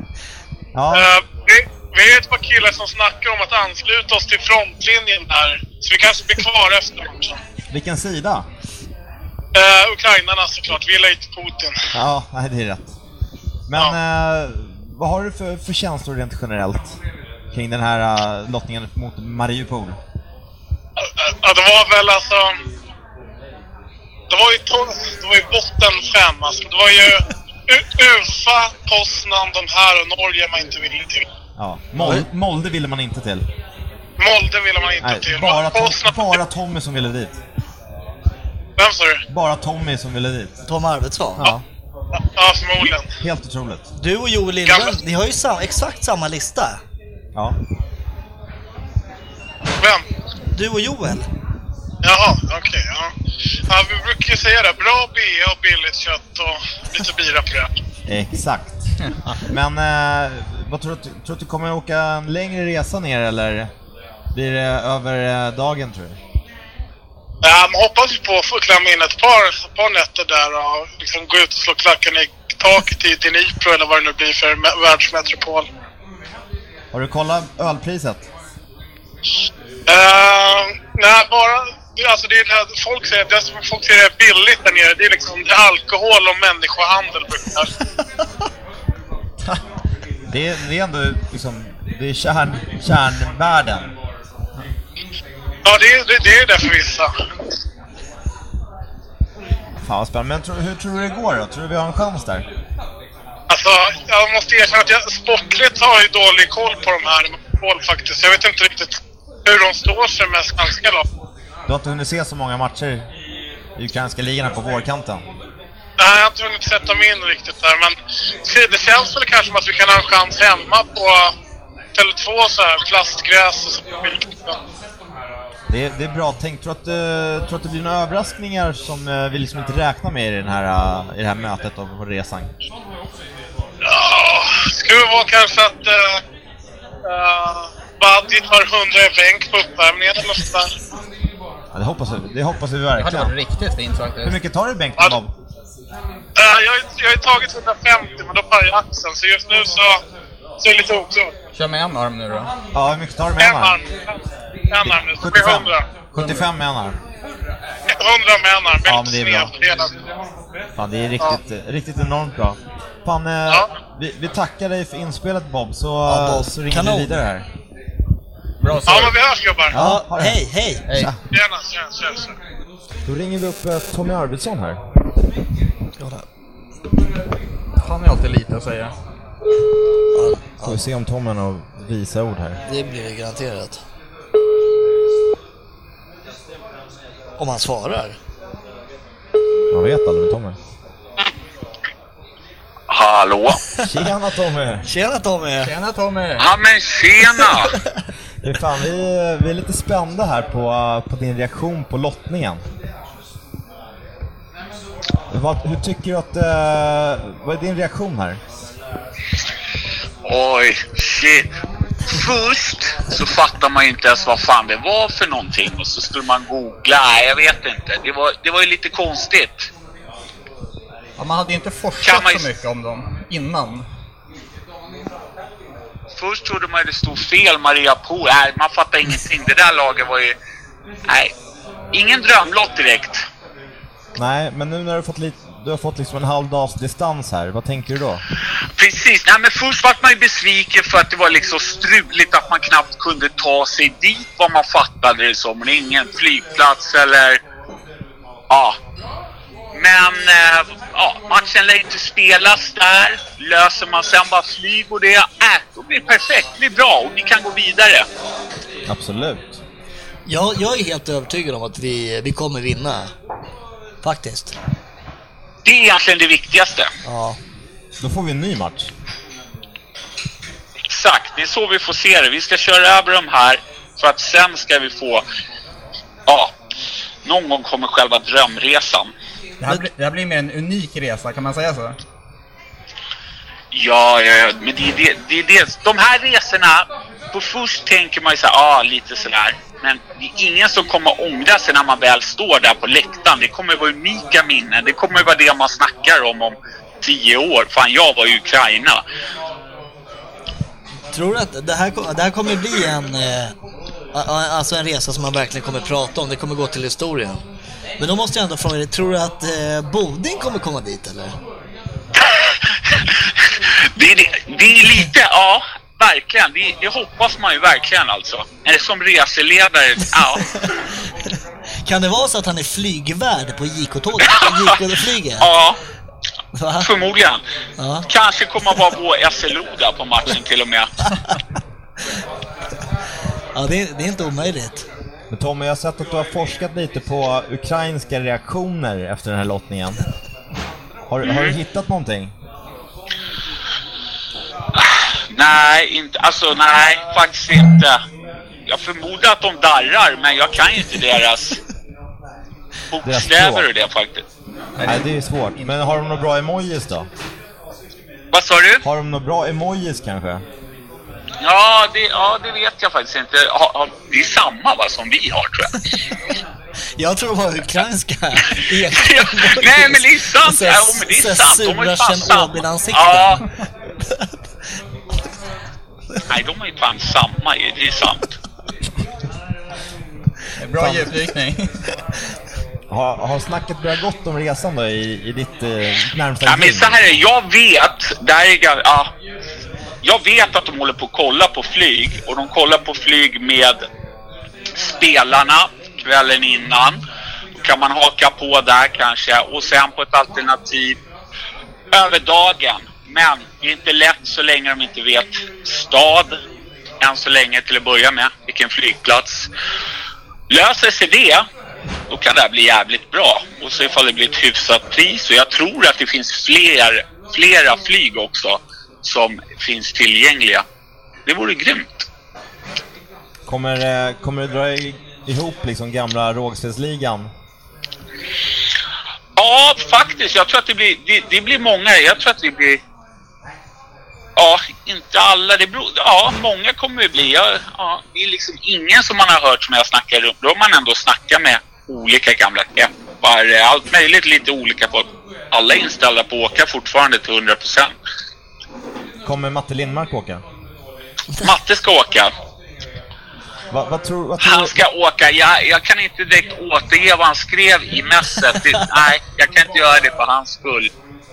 S3: Ja,
S7: Eh, vi, vi är ett par killar som snackar om att ansluta oss till frontlinjen där. Så vi kanske blir kvar efter matchen.
S3: vilken sida?
S7: Eh, Ukrainarna såklart. Vi gillar inte Putin.
S3: Ja, nej, det är rätt. Men eh, vad har du för, för känslor rent generellt kring den här eh, lottningen mot Mariupol?
S7: Eh, Ja, det var väl alltså... Det var ju, to- det var ju botten fem alltså. Det var ju U- Ufa, Poznan, de här och Norge man inte ville till.
S3: Ja, Mol- Molde ville man inte till.
S7: Molde ville man inte
S3: Nej,
S7: till.
S3: bara, Tom,
S7: Poznan,
S3: bara Tommy som ville dit.
S7: Vem sa du?
S3: Bara Tommy som ville dit.
S5: Tom Arvidsson.
S3: Ja,
S7: Ja, förmodligen.
S3: helt otroligt.
S5: Du och Joel Lindström,
S7: Gamla-
S5: ni har ju sam, exakt samma lista.
S3: Ja.
S7: Vem?
S5: Du och Joel.
S7: Jaha, okej. ja. ja, vi brukar ju säga det. Bra BA och billigt kött och lite bira på det.
S5: (laughs)
S3: Exakt. Men eh, vad tror du, att- tror du att du kommer åka en längre resa ner eller blir det över eh, dagen tror du?
S7: Ja, man hoppas ju på att få klämma in ett par, par nätter där och liksom gå ut och slå klackarna i taket i Dnipro eller vad det nu blir för me- världsmetropol.
S3: Har du kollat ölpriset?
S7: Eh, nej, bara... det- Alltså det är det här, folk säger det som folk säger är billigt där nere. Det är liksom det är alkohol och människohandel brukar
S3: Det är, det är ändå liksom, det är kärn, kärnvärden.
S7: Ja, det, är- det, det är det för vissa.
S3: Fan vad spännande. Men tror- hur tror du det går då? Tror du vi har en chans där?
S7: Alltså, jag måste erkänna att jag sportligt har ju dålig koll på de här mål faktiskt. Jag vet inte riktigt hur de står sig med svenska lag.
S3: Du har inte hunnit se så många matcher i ukrainska ligorna på vårkanten.
S7: Nej, jag har inte hunnit sätta mig in riktigt där, men se, det känns väl kanske som att vi kan ha en chans hemma på Tele2 så här, plastgräs och så.
S3: Det är, det är bra tänkt. Tror du att, eh, tror du att det blir några överraskningar som eh, vi liksom inte räknar med i, den här, eh, i det här mötet och på resan?
S7: Ja, skulle vara kanske att uh, Badit har 100 i bänk på uppvärmningen eller något sånt där.
S3: Ja, det, hoppas vi, det hoppas vi
S4: Det hade
S3: verkligen.
S4: varit riktigt fint
S3: Hur
S4: faktiskt.
S3: mycket tar du i bänken
S7: Ja.
S3: Bob?
S7: Eh, jag, har- jag har ju tagit 150, men då pajar jag axeln, så just nu så, så är det lite oklart.
S4: Kör med en arm nu då.
S3: Ja, hur mycket tar du med
S7: En
S3: en arm?
S7: arm. En arm nu, så blir
S3: 75.
S7: 100.
S3: 75 med en arm.
S7: 100 med en arm.
S3: Ja, men det är bra.
S7: Snedfördelad.
S3: Fan, det är riktigt, eh, riktigt enormt bra. Fan, eh, vi, vi tackar dig för inspelet Bob, så, eh,
S5: Ja, Bob.
S3: så ringer
S5: Kanon.
S3: vi vidare här.
S4: Bra
S7: Ja,
S4: så.
S7: men vi hörs gubbar.
S3: Ja, ha det.
S5: Hej, hej!
S4: Hej.
S7: Tjena, tjena, tjena. tjena.
S3: Då ringer vi upp eh, Tommy Arvidsson här.
S4: Han är alltid lite att säga.
S3: Får vi se om Tommy har några visa ord här.
S5: Det blir det garanterat. Om han svarar.
S3: Man vet aldrig med Tommy.
S6: Hallå?
S3: Tjena Tommy!
S5: Tjena Tommy!
S4: Tjena Tommy!
S6: Ja men tjena!
S3: Hur fan, vi, vi är lite spända här på, på din reaktion på lottningen. Vad, hur tycker du att... eh, vad är din reaktion här?
S6: Oj, shit. Först så fattar man ju inte ens vad fan det var för någonting och så skulle man googla. Nej, jag vet inte. Det var, det var ju lite konstigt.
S4: Ja, man hade ju inte
S6: Kan
S4: forskat
S6: man ju-
S4: så mycket om dem innan.
S6: Först trodde man ju det stod fel Maria Pool. Nej, man fattar ingenting. Det där laget var ju... Nej, ingen drömlott direkt.
S3: Nej, men nu när du, fått lite, du har fått liksom en halv dags distans här, vad tänker du då?
S6: Precis. Nej, men först var man ju besviken för att det var liksom struligt att man knappt kunde ta sig dit vad man fattade det som. Men ingen flygplats eller... Ja. Men eh, ja, matchen lär inte spelas där. Löser man sen bara flyg och det, äh, då blir det perfekt. Det blir bra och vi kan gå vidare.
S3: Absolut.
S5: Jag, jag är helt övertygad om att vi, vi kommer vinna. faktiskt.
S6: Det är egentligen det viktigaste.
S5: Ja.
S3: Då får vi en ny match.
S6: Exakt, det är så vi får se det. Vi ska köra över de här för att sen ska vi få... Ja, någon gång kommer själva drömresan.
S4: Det här, blir- det här blir mer en unik resa, kan man säga så?
S6: Ja, ja, ja. men det är det, det är det. De här resorna, på först tänker man ju så här, ah, lite sådär. Men det är ingen som kommer ångra sig när man väl står där på läktaren. Det kommer vara unika minnen. Det kommer vara det man snackar om om tio år. Fan, jag var i Ukraina.
S5: Tror du att det här, kom- det här kommer bli en, eh, a- a- alltså en resa som man verkligen kommer prata om? Det kommer gå till historien. Men då måste jag ändå fråga dig, tror du att eh, Bodin kommer komma dit eller?
S6: Det är, det, det är lite, ja, verkligen. Det, det hoppas man ju verkligen alltså. Eller som reseledare, ja.
S5: Kan det vara så att han är flygvärd på JK-tåget?
S6: (laughs)
S5: JK-flyget?
S6: ja.
S5: Va?
S6: Förmodligen.
S5: Ja.
S6: Kanske kommer vara vår SLO där på matchen till och med.
S5: Ja, det, är- det är inte omöjligt.
S3: Men Tommy, jag har sett att du har forskat lite på ukrainska reaktioner efter den här lottningen. Har, har du hittat någonting?
S6: Nej, inte. Alltså nej, faktiskt inte. Jag förmodar att de darrar, men jag kan ju inte deras bokstäver och det faktiskt.
S3: Nej, det är svårt. Men har de några bra emojis då?
S6: Vad sa du?
S3: Har de några bra emojis kanske?
S6: Ja det, ja, det vet jag faktiskt inte. Ha, ha, det är samma va, som vi har tror jag.
S5: Jag tror det var
S6: (laughs)
S5: (laughs) ukrainska.
S6: Nej men det är sant!
S5: Så-
S6: ja, men det är
S5: så
S6: sant! De har ju fan
S5: sura
S6: samma!
S5: Tjernobyl-ansikten.
S6: Ja. Nej, de har ju fan samma, det är sant.
S4: Bra djupdykning.
S3: Har, har snacket börjat gått om resan då i, i ditt eh, närmsta
S6: Ja, men
S3: dygn?
S6: så här är det. jag vet, det här är, gan- ja, jag vet att de håller på att kolla på flyg och de kollar på flyg med spelarna kvällen innan. Då kan man haka på där kanske och sen på ett alternativ över dagen. Men det är inte lätt så länge de inte vet stad än så länge till att börja med, vilken flygplats. Löser sig det, då kan det här bli jävligt bra. Och så ifall det blir ett hyfsat pris. Och jag tror att det finns fler, flera flyg också som finns tillgängliga. Det vore grymt.
S3: Kommer, eh, kommer du dra i- ihop liksom gamla Rågsvedsligan?
S6: Ja, faktiskt. Jag tror att det blir, det, det blir många. Jag tror att det blir... Ja, inte alla. Det beror, ja, många kommer det bli. Ja, ja, det är liksom ingen som man har hört som jag snackar runt. Då har man ändå snackat med olika gamla käppar. eh, Allt möjligt, lite olika folk. Alla är inställda på att åka fortfarande till 100 procent.
S3: Kommer Matte Lindmark åka?
S6: Matte ska åka.
S3: Va, vad tror, vad tror,
S6: Han ska åka. Jag, jag kan inte direkt återge vad han skrev i messet. Det- Nej, jag kan inte göra det för hans skull.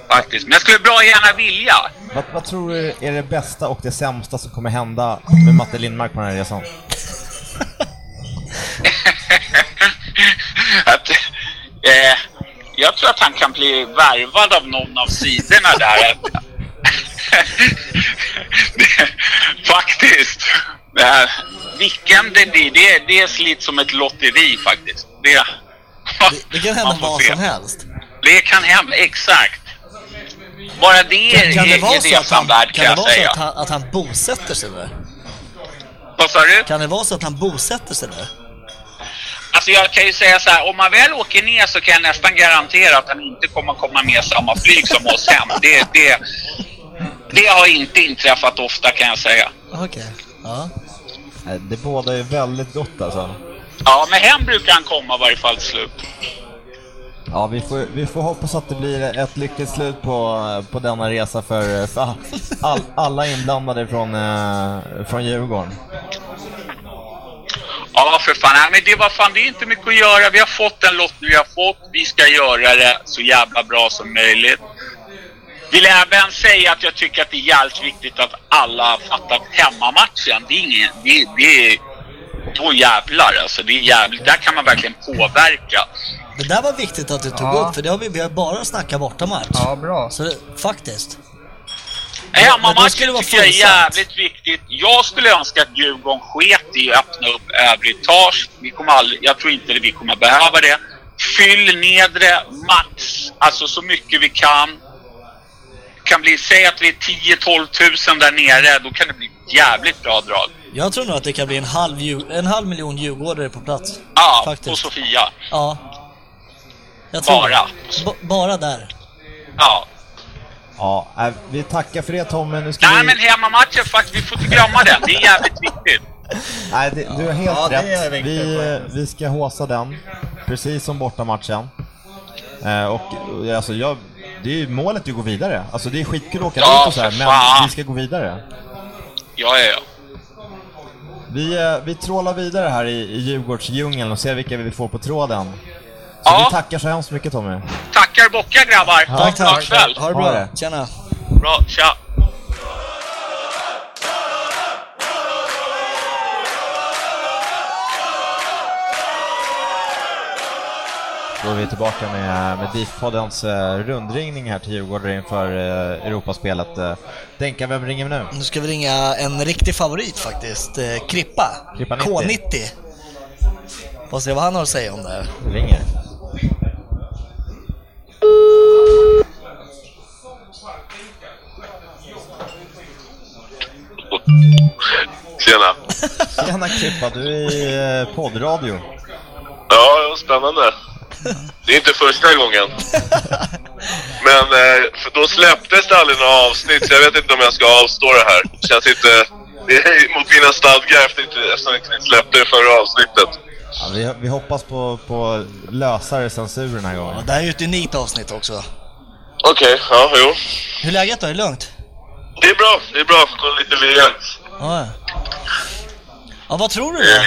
S6: Faktiskt. Men jag skulle bra gärna vilja.
S3: vad, vad tror du är det bästa och det sämsta som kommer hända med Matte Lindmark på den här resan?
S6: att, eh, jag tror att han kan bli värvad av någon av sidorna där. (laughs) Att- Det- faktiskt. Det här, vilken det blir, det, det slits som ett lotteri faktiskt. Det,
S5: Det, det kan hända
S6: man får
S5: vad
S6: se.
S5: som helst.
S6: Det kan hända, exakt. Bara det är,
S5: Kan det
S6: är,
S5: vara
S6: är
S5: så att
S6: resan
S5: han,
S6: värd
S5: kan
S6: kan
S5: det
S6: jag
S5: vara så
S6: säga.
S5: att han, att han bosätter sig där?
S6: Vad sa du?
S5: Kan det vara så att han bosätter sig där?
S6: Alltså jag kan ju säga så här, om man väl åker ner så kan jag nästan garantera att han inte kommer komma med samma flyg som oss hem. Det, det, det har inte inträffat ofta kan jag säga.
S5: Okej. Ja.
S3: Nej, Eh, Det båda är väldigt gott alltså.
S6: Ja, men hem brukar han komma i varje fall till slut.
S3: Ja, vi får, vi får hoppas att det blir ett lyckligt slut på, eh, på denna resa för, eh, för all, all, alla inblandade från, eh, från Djurgården.
S6: Ja, för fan. Nej, men det var fan, det är inte mycket att göra. Vi har fått den lottning vi har fått. Vi ska göra det så jävla bra som möjligt. Vill även säga att jag tycker att det är jävligt viktigt att alla fattar hemmamatchen. Det är ingen... Det, det är, då jävlar alltså. Det är jävligt. Där kan man verkligen påverka.
S5: Det där var viktigt att du tog
S4: Ja.
S5: upp, för det har vi, vi har bara snackat bortamatch.
S4: Ja, bra.
S5: Så det, faktiskt. men då
S6: Hemmamatchen
S5: skulle det vara
S6: tycker jag är
S5: fullsatt.
S6: jävligt viktigt. Jag skulle önska att Djurgården sket i att öppna upp övre etage. Vi kommer aldrig, jag tror inte vi kommer behöva det. fyll nedre max, alltså så mycket vi kan. kan bli, säg att vi är 10-12 tusen där nere, då kan det bli jävligt bra drag.
S5: Jag tror nog att det kan bli en halv, Djur- en halv miljon djurgårdare på plats.
S6: Ja,
S5: Faktiskt.
S6: och Sofia.
S5: Ja. Jag tror
S6: Bara.
S5: B- bara där.
S6: Ja.
S3: Ja, äh, vi tackar för det Tommy. Nu ska
S6: Nej
S3: vi...
S6: men hemmamatchen faktiskt, vi får inte glömma den. Det är jävligt viktigt.
S3: Nej, det, du har helt
S8: Ja, det är
S3: rätt.
S8: viktigt
S3: Vi,
S8: faktiskt.
S3: vi ska håsa den, precis som bortamatchen. Eh, och eh, alltså, jag, det är ju målet att gå vidare. Alltså det är skitkul att åka
S6: Ja,
S3: ut och så här,
S6: för
S3: men
S6: fan.
S3: vi ska gå vidare.
S6: Ja, ja, ja.
S3: Vi, eh, vi trålar vidare här i, i Djurgårdsdjungeln och ser vilka vi får på tråden. Så
S6: Ja.
S3: vi tackar så hemskt mycket Tommy.
S6: Tackar och bockar grabbar.
S5: Tack, tack.
S6: Bra kväll.
S5: Ha det
S3: Ha
S5: bra.
S3: det.
S5: Tjena.
S6: Bra, tja.
S3: Då är vi tillbaka med, med DIF-poddens eh, rundringning här till Djurgården inför eh, Europaspelet. Eh, Denka, vem ringer vi nu?
S5: Nu ska vi ringa en riktig favorit faktiskt. Eh, Krippa.
S3: Krippa 90.
S5: K90. Får se vad han har att säga om det här.
S3: Vi ringer.
S2: Tjena.
S3: Tjena Krippa, du är i eh, poddradio.
S2: Ja, det var spännande. Det är inte första gången. Men eh, för då släpptes det aldrig några avsnitt så jag vet inte om jag ska avstå det här. Känns inte... Det är mot mina stadgar efter inte- eftersom jag inte släppte det förra avsnittet.
S3: Ja, vi, vi hoppas på, på lösare censur den här
S5: Ja,
S3: gången.
S5: det här är ju ett unikt avsnitt också.
S2: Okej, ja, jo.
S5: Hur är läget då? Är det lugnt?
S2: Det är bra, det är bra. Gå lite VM.
S5: Ja. ja, vad tror du då?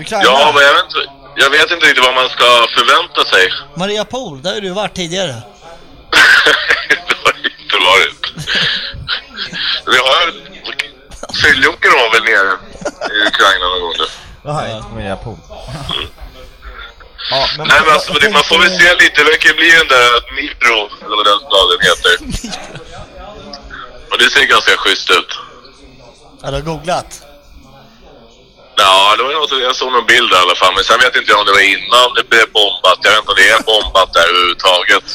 S5: Ukraina?
S2: Ja, men jag vet, inte, jag vet inte riktigt vad man ska förvänta sig.
S5: Maria Pool, där har du varit tidigare.
S2: det har inte varit. Vi har... Syljonker var väl nere i Ukraina någon gång nu.
S3: Jaha, inte Maria Pool. Ja, men,
S2: Nej men alltså det, man får väl se lite, det verkar ju bli den där Nibro, eller vad den staden heter. Och det ser ganska schysst ut.
S5: Ja, du har googlat.
S2: Ja, det var ju något, jag såg någon bild där i alla fall, men sen vet inte jag om det var innan det blev bombat. Jag vet inte om det är bombat där överhuvudtaget.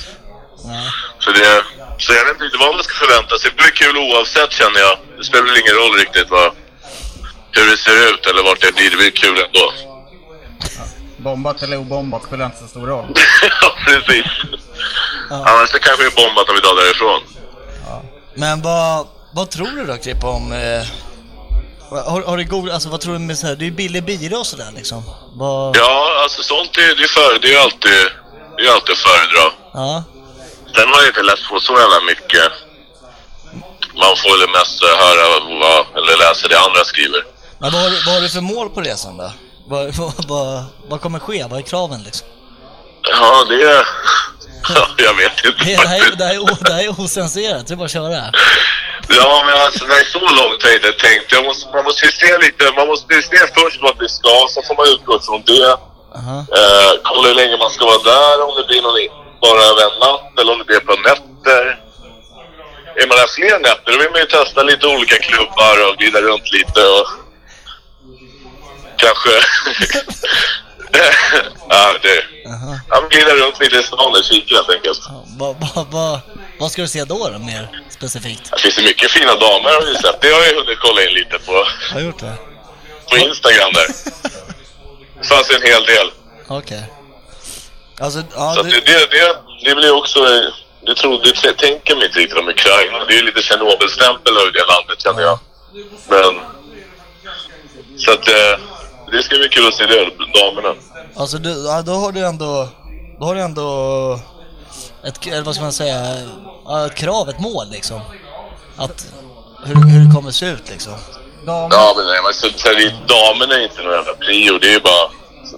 S2: Så, det, så jag vet inte vad man ska förvänta sig. Det blir kul oavsett känner jag. Det spelar väl ingen roll riktigt vad, hur det ser ut eller vart det blir. Det blir kul ändå. (laughs)
S4: Bombat eller obombat spelar inte så stor roll.
S2: (laughs) ja, precis. Annars så kanske det är bombat om vi drar därifrån.
S5: Men vad, vad tror du då Kripp om... Eh, har, har du googlat, alltså vad tror du med så här, det är ju billig bira och sådär liksom. Vad,
S2: Ja, alltså sånt är, det är, för, det är ju alltid, det är alltid att föredra.
S5: ja.
S2: Sen har jag inte läst på så jävla mycket. Man får väl mest eh, höra vad, eller läsa det andra skriver.
S5: Men vad, har, du- vad har du för mål på resan då? Vad, (laughs) vad, vad, vad kommer ske? Vad är kraven liksom?
S2: Ja, det... (laughs) är- Ja, jag vet inte
S5: Det, det, här, är-
S2: faktiskt.
S5: det, här, är, o- det här är osensurerat, det är bara att köra.
S2: Ja, men alltså, nej, så långt har jag inte tänkt. Jag måste, man måste ju se lite, man måste ju se först vart vi ska, sen får man utgå från det.
S5: Aha.
S2: Eh, kolla hur länge man ska vara där, om det blir någon, bara över en natt eller om det blir på nätter. Är man där fler nätter då vill man ju testa lite olika klubbar och glida runt lite och kanske... (laughs) ja, det...
S5: Aha.
S2: Ja, men glida runt lite i stan och kika helt enkelt.
S5: Ja, Vad, vad, vad, vad ska du se då, då mer specifikt?
S2: Det finns ju mycket fina damer har vi ju sett. Det har jag ju hunnit kolla in lite på,
S5: Har du gjort det?
S2: på Instagram där. Det fanns ju en hel del.
S5: Okej. Alltså, ja,
S2: Så att det,
S5: du,
S2: det, det, det blir också... Det, tror, det t- tänker mig inte riktigt om Ukraina. Det är ju lite Tjernobylstämpel över det landet känner jag. Men... Så att eh, det ska bli kul att se det, damerna.
S5: alltså du, ja, då har du ändå, då har du ändå ett, eller vad ska man säga, ja, ett krav, ett mål liksom. Att, hur, hur det kommer se ut liksom.
S4: Dam,
S2: Ja men nej men så, så är det, damerna är inte någon jävla prio. Det är ju bara...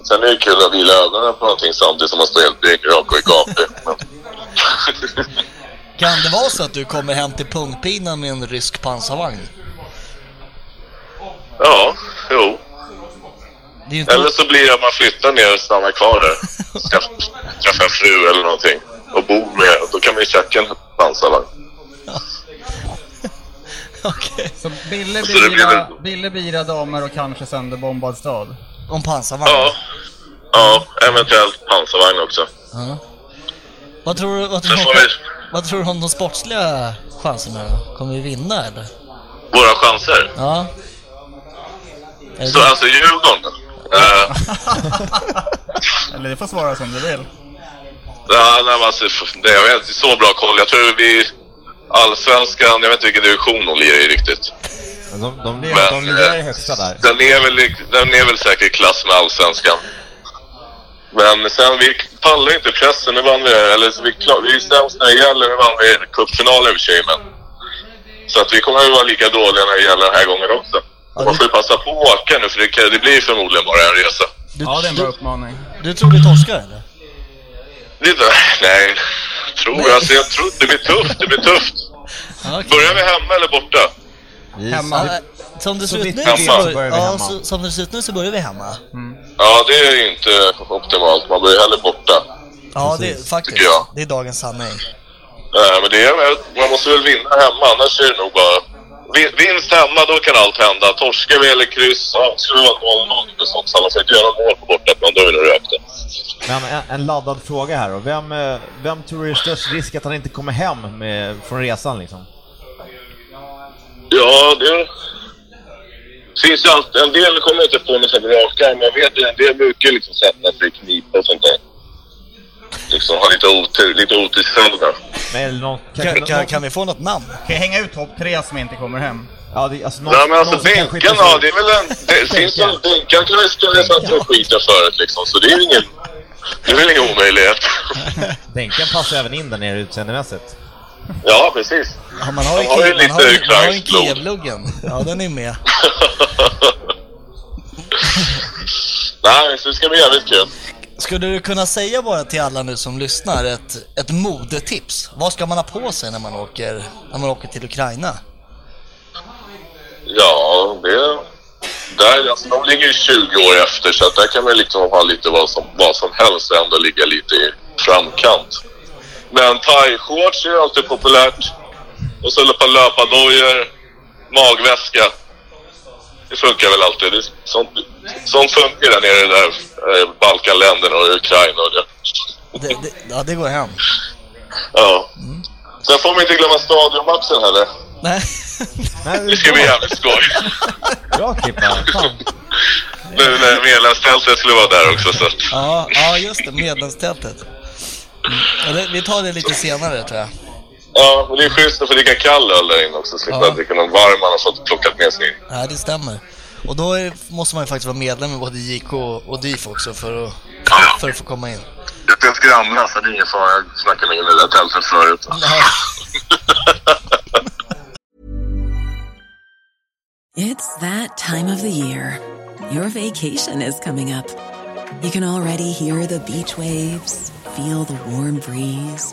S2: Sen är det kul att vila ögonen på någonting samtidigt som man står helt blek, rak och är gapig. (laughs) Men-
S5: Kan det vara så att du kommer hem till pungpinan med en rysk pansarvagn?
S2: ja, jo.
S5: Det är ju inte...
S2: Eller så blir det att man flyttar ner och stannar
S5: (laughs)
S2: kvar där. Skaff- Skaffa en fru eller någonting. Och bo med. Då kan man ju tjacka en pansarvagn.
S5: Okej.
S4: så billig
S2: Så det blir
S4: bira,
S2: väl-
S4: billig bira, damer och kanske sönderbombad stad.
S5: Om pansarvagn?
S2: Ja. Ja, eventuellt pansarvagn också.
S5: Ja. Vad tror du, vad tror du,
S2: Sen får
S5: om,
S2: vi
S5: vad tror du om de sportsliga chanserna då? Kommer vi vinna eller?
S2: våra chanser.
S5: Ja. Är det
S2: Så alltså Djurgården. Eh,
S4: (laughs) Eller du får svara som du vill.
S2: Ja, nej, men alltså, f- det, jag har inte så bra koll. Jag tror vi... Allsvenskan, jag vet inte vilken division de lirar i riktigt.
S3: De, de, de,
S2: Men,
S3: de lirar i
S2: eh,
S3: högsta där.
S2: Den är väl, i- den är väl säkert i klass med Allsvenskan. Men sen, vi pallar inte pressen. Nu vann vi det här. Eller så vi, klar, vi är sämst när det gäller. Nu vann vi cupfinalen i och för sig, men... Så att vi kommer att vara lika dåliga när det gäller den här gången också. Och man får ju passa på att åka nu, för det, kan- det blir förmodligen bara en resa.
S5: Du,
S4: Ja, det är en
S5: du,
S4: bra uppmaning.
S5: du tror vi torskar eller?
S2: Det, nej, tror jag. Alltså, jag tror, det blir tufft. Det blir tufft.
S5: Ja, okej.
S2: Börjar vi hemma eller borta?
S5: Ja,
S4: Hemma.
S5: som, det ser ut
S3: vitt
S5: nu,
S2: jag vet
S5: så
S2: så
S5: bör,
S3: börjar vi
S5: ja,
S3: hemma.
S5: så, som det ser ut nu så börjar vi hemma.
S2: Ja, det är ju inte optimalt. Man blir ju hellre borta.
S5: Ja, det, faktiskt.
S2: Tycker jag.
S5: Det är dagens sanning.
S2: Nej, men det är, man måste väl vinna hemma, annars är det nog bara... Vi- Vinst hemma, då kan allt hända. Torskar vi eller kryss, ja, skulle det vara 0-0 eller sånt, så man ska inte göra mål på bortaplan, då är det rökt.
S3: Men en, en laddad fråga här då. Vem, eh, vem tror du är störst risk att han inte kommer hem med, från resan liksom?
S2: Ja, det... Finns ju alltid, en del kommer inte på med sig på rak arm. Jag vet ju, en del brukar ju liksom sätta sig i knipa och sånt där. Liksom ha lite otur, lite otursfällda.
S3: Men är det någon, kan,
S5: Kan,
S3: någon,
S5: kan, kan vi få något namn?
S4: Kan jag hänga ut topp tre som inte kommer hem?
S3: ja, det, alltså någon,
S2: Nej men alltså
S3: någon som kan skicka
S2: Dinkan,
S3: sig-
S2: ja det är väl en... Det finns väl... Dinkan kan ju skulle sätta sig i skiten förut liksom, så det är ju ingen... Det är väl ingen omöjlighet.
S3: Bänken passar även in där nere utseendemässigt.
S2: Ja, precis.
S5: Ja, man har ju,
S2: Jag har ju
S5: Kiev- man har,
S2: lite
S5: ju- man har ju
S2: Kleins blod.
S5: Kievluggen. Ja, den är med.
S2: Nej, så det ska bli jävligt kul.
S5: Skulle du kunna säga bara till alla nu som lyssnar ett, ett modetips? Vad ska man ha på sig när man åker, när man åker till Ukraina?
S2: Ja, det... Där, alltså, de ligger ju 20 år efter så att där kan man liksom ha lite vad som, vad som helst och ändå ligga lite i framkant. Men thai-shorts är ju alltid populärt. Och så ett par löpardojor, magväska. Det funkar väl alltid. Det, sånt, sånt funkar där nere i de där eh, Balkanländerna och Ukraina och det.
S5: Det, det, ja, det går hem.
S2: Ja. Sen får man inte glömma stadionmatchen heller.
S5: Nej.
S3: Nej,
S2: Det ska bli jävligt skoj.
S3: Bra Klippan! Fan.
S2: Nu när medlemstältet skulle vara där också så att...
S5: Ja, ja just det. Medlemstältet. Mm, Ja, det, vi tar det lite senare tror jag.
S2: Ja, men det är schysst att få dricka kall öl där inne också. Slippa
S5: Ja.
S2: dricka någon varm man har fått plockat med sig in.
S5: Ja, det stämmer. Och då är, måste man ju faktiskt vara medlem i både JK och och DIF också för att, för att få komma in.
S2: Jag ska skramla så det är ingen fara. Jag snackade med in i det där tältet förut.
S5: Ja.
S9: It's that time of the year. Your vacation is coming up. You can already hear the beach waves, feel the warm breeze,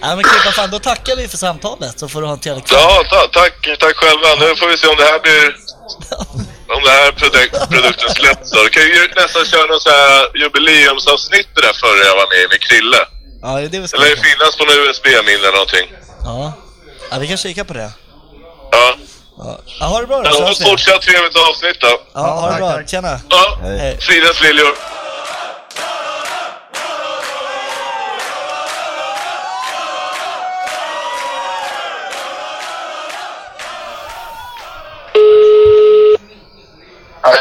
S5: ja, men Klippan, fan då tackar vi för samtalet så får du ha en trevlig kväll.
S2: Ja, ta, tack, tack själva. Nu får vi se om det här
S5: (laughs)
S2: blir... Om det här produk- produkten släpps då. Du kan ju nästan köra något så här jubileumsavsnitt det där förra jag var med i med Krille.
S5: Ja, det är det vi ska
S2: Eller det
S5: göra.
S2: finnas på någon USB-minne eller någonting.
S5: Ja. ja, vi kan kika på det.
S8: Ja.
S5: Ja, ja ha det bra då, så
S8: Ja,
S5: hörs vi.
S8: fortsatt trevligt avsnitt då.
S5: Ja, ha det bra. Tjena.
S8: Ja,
S5: Hej.
S8: Fridens liljor.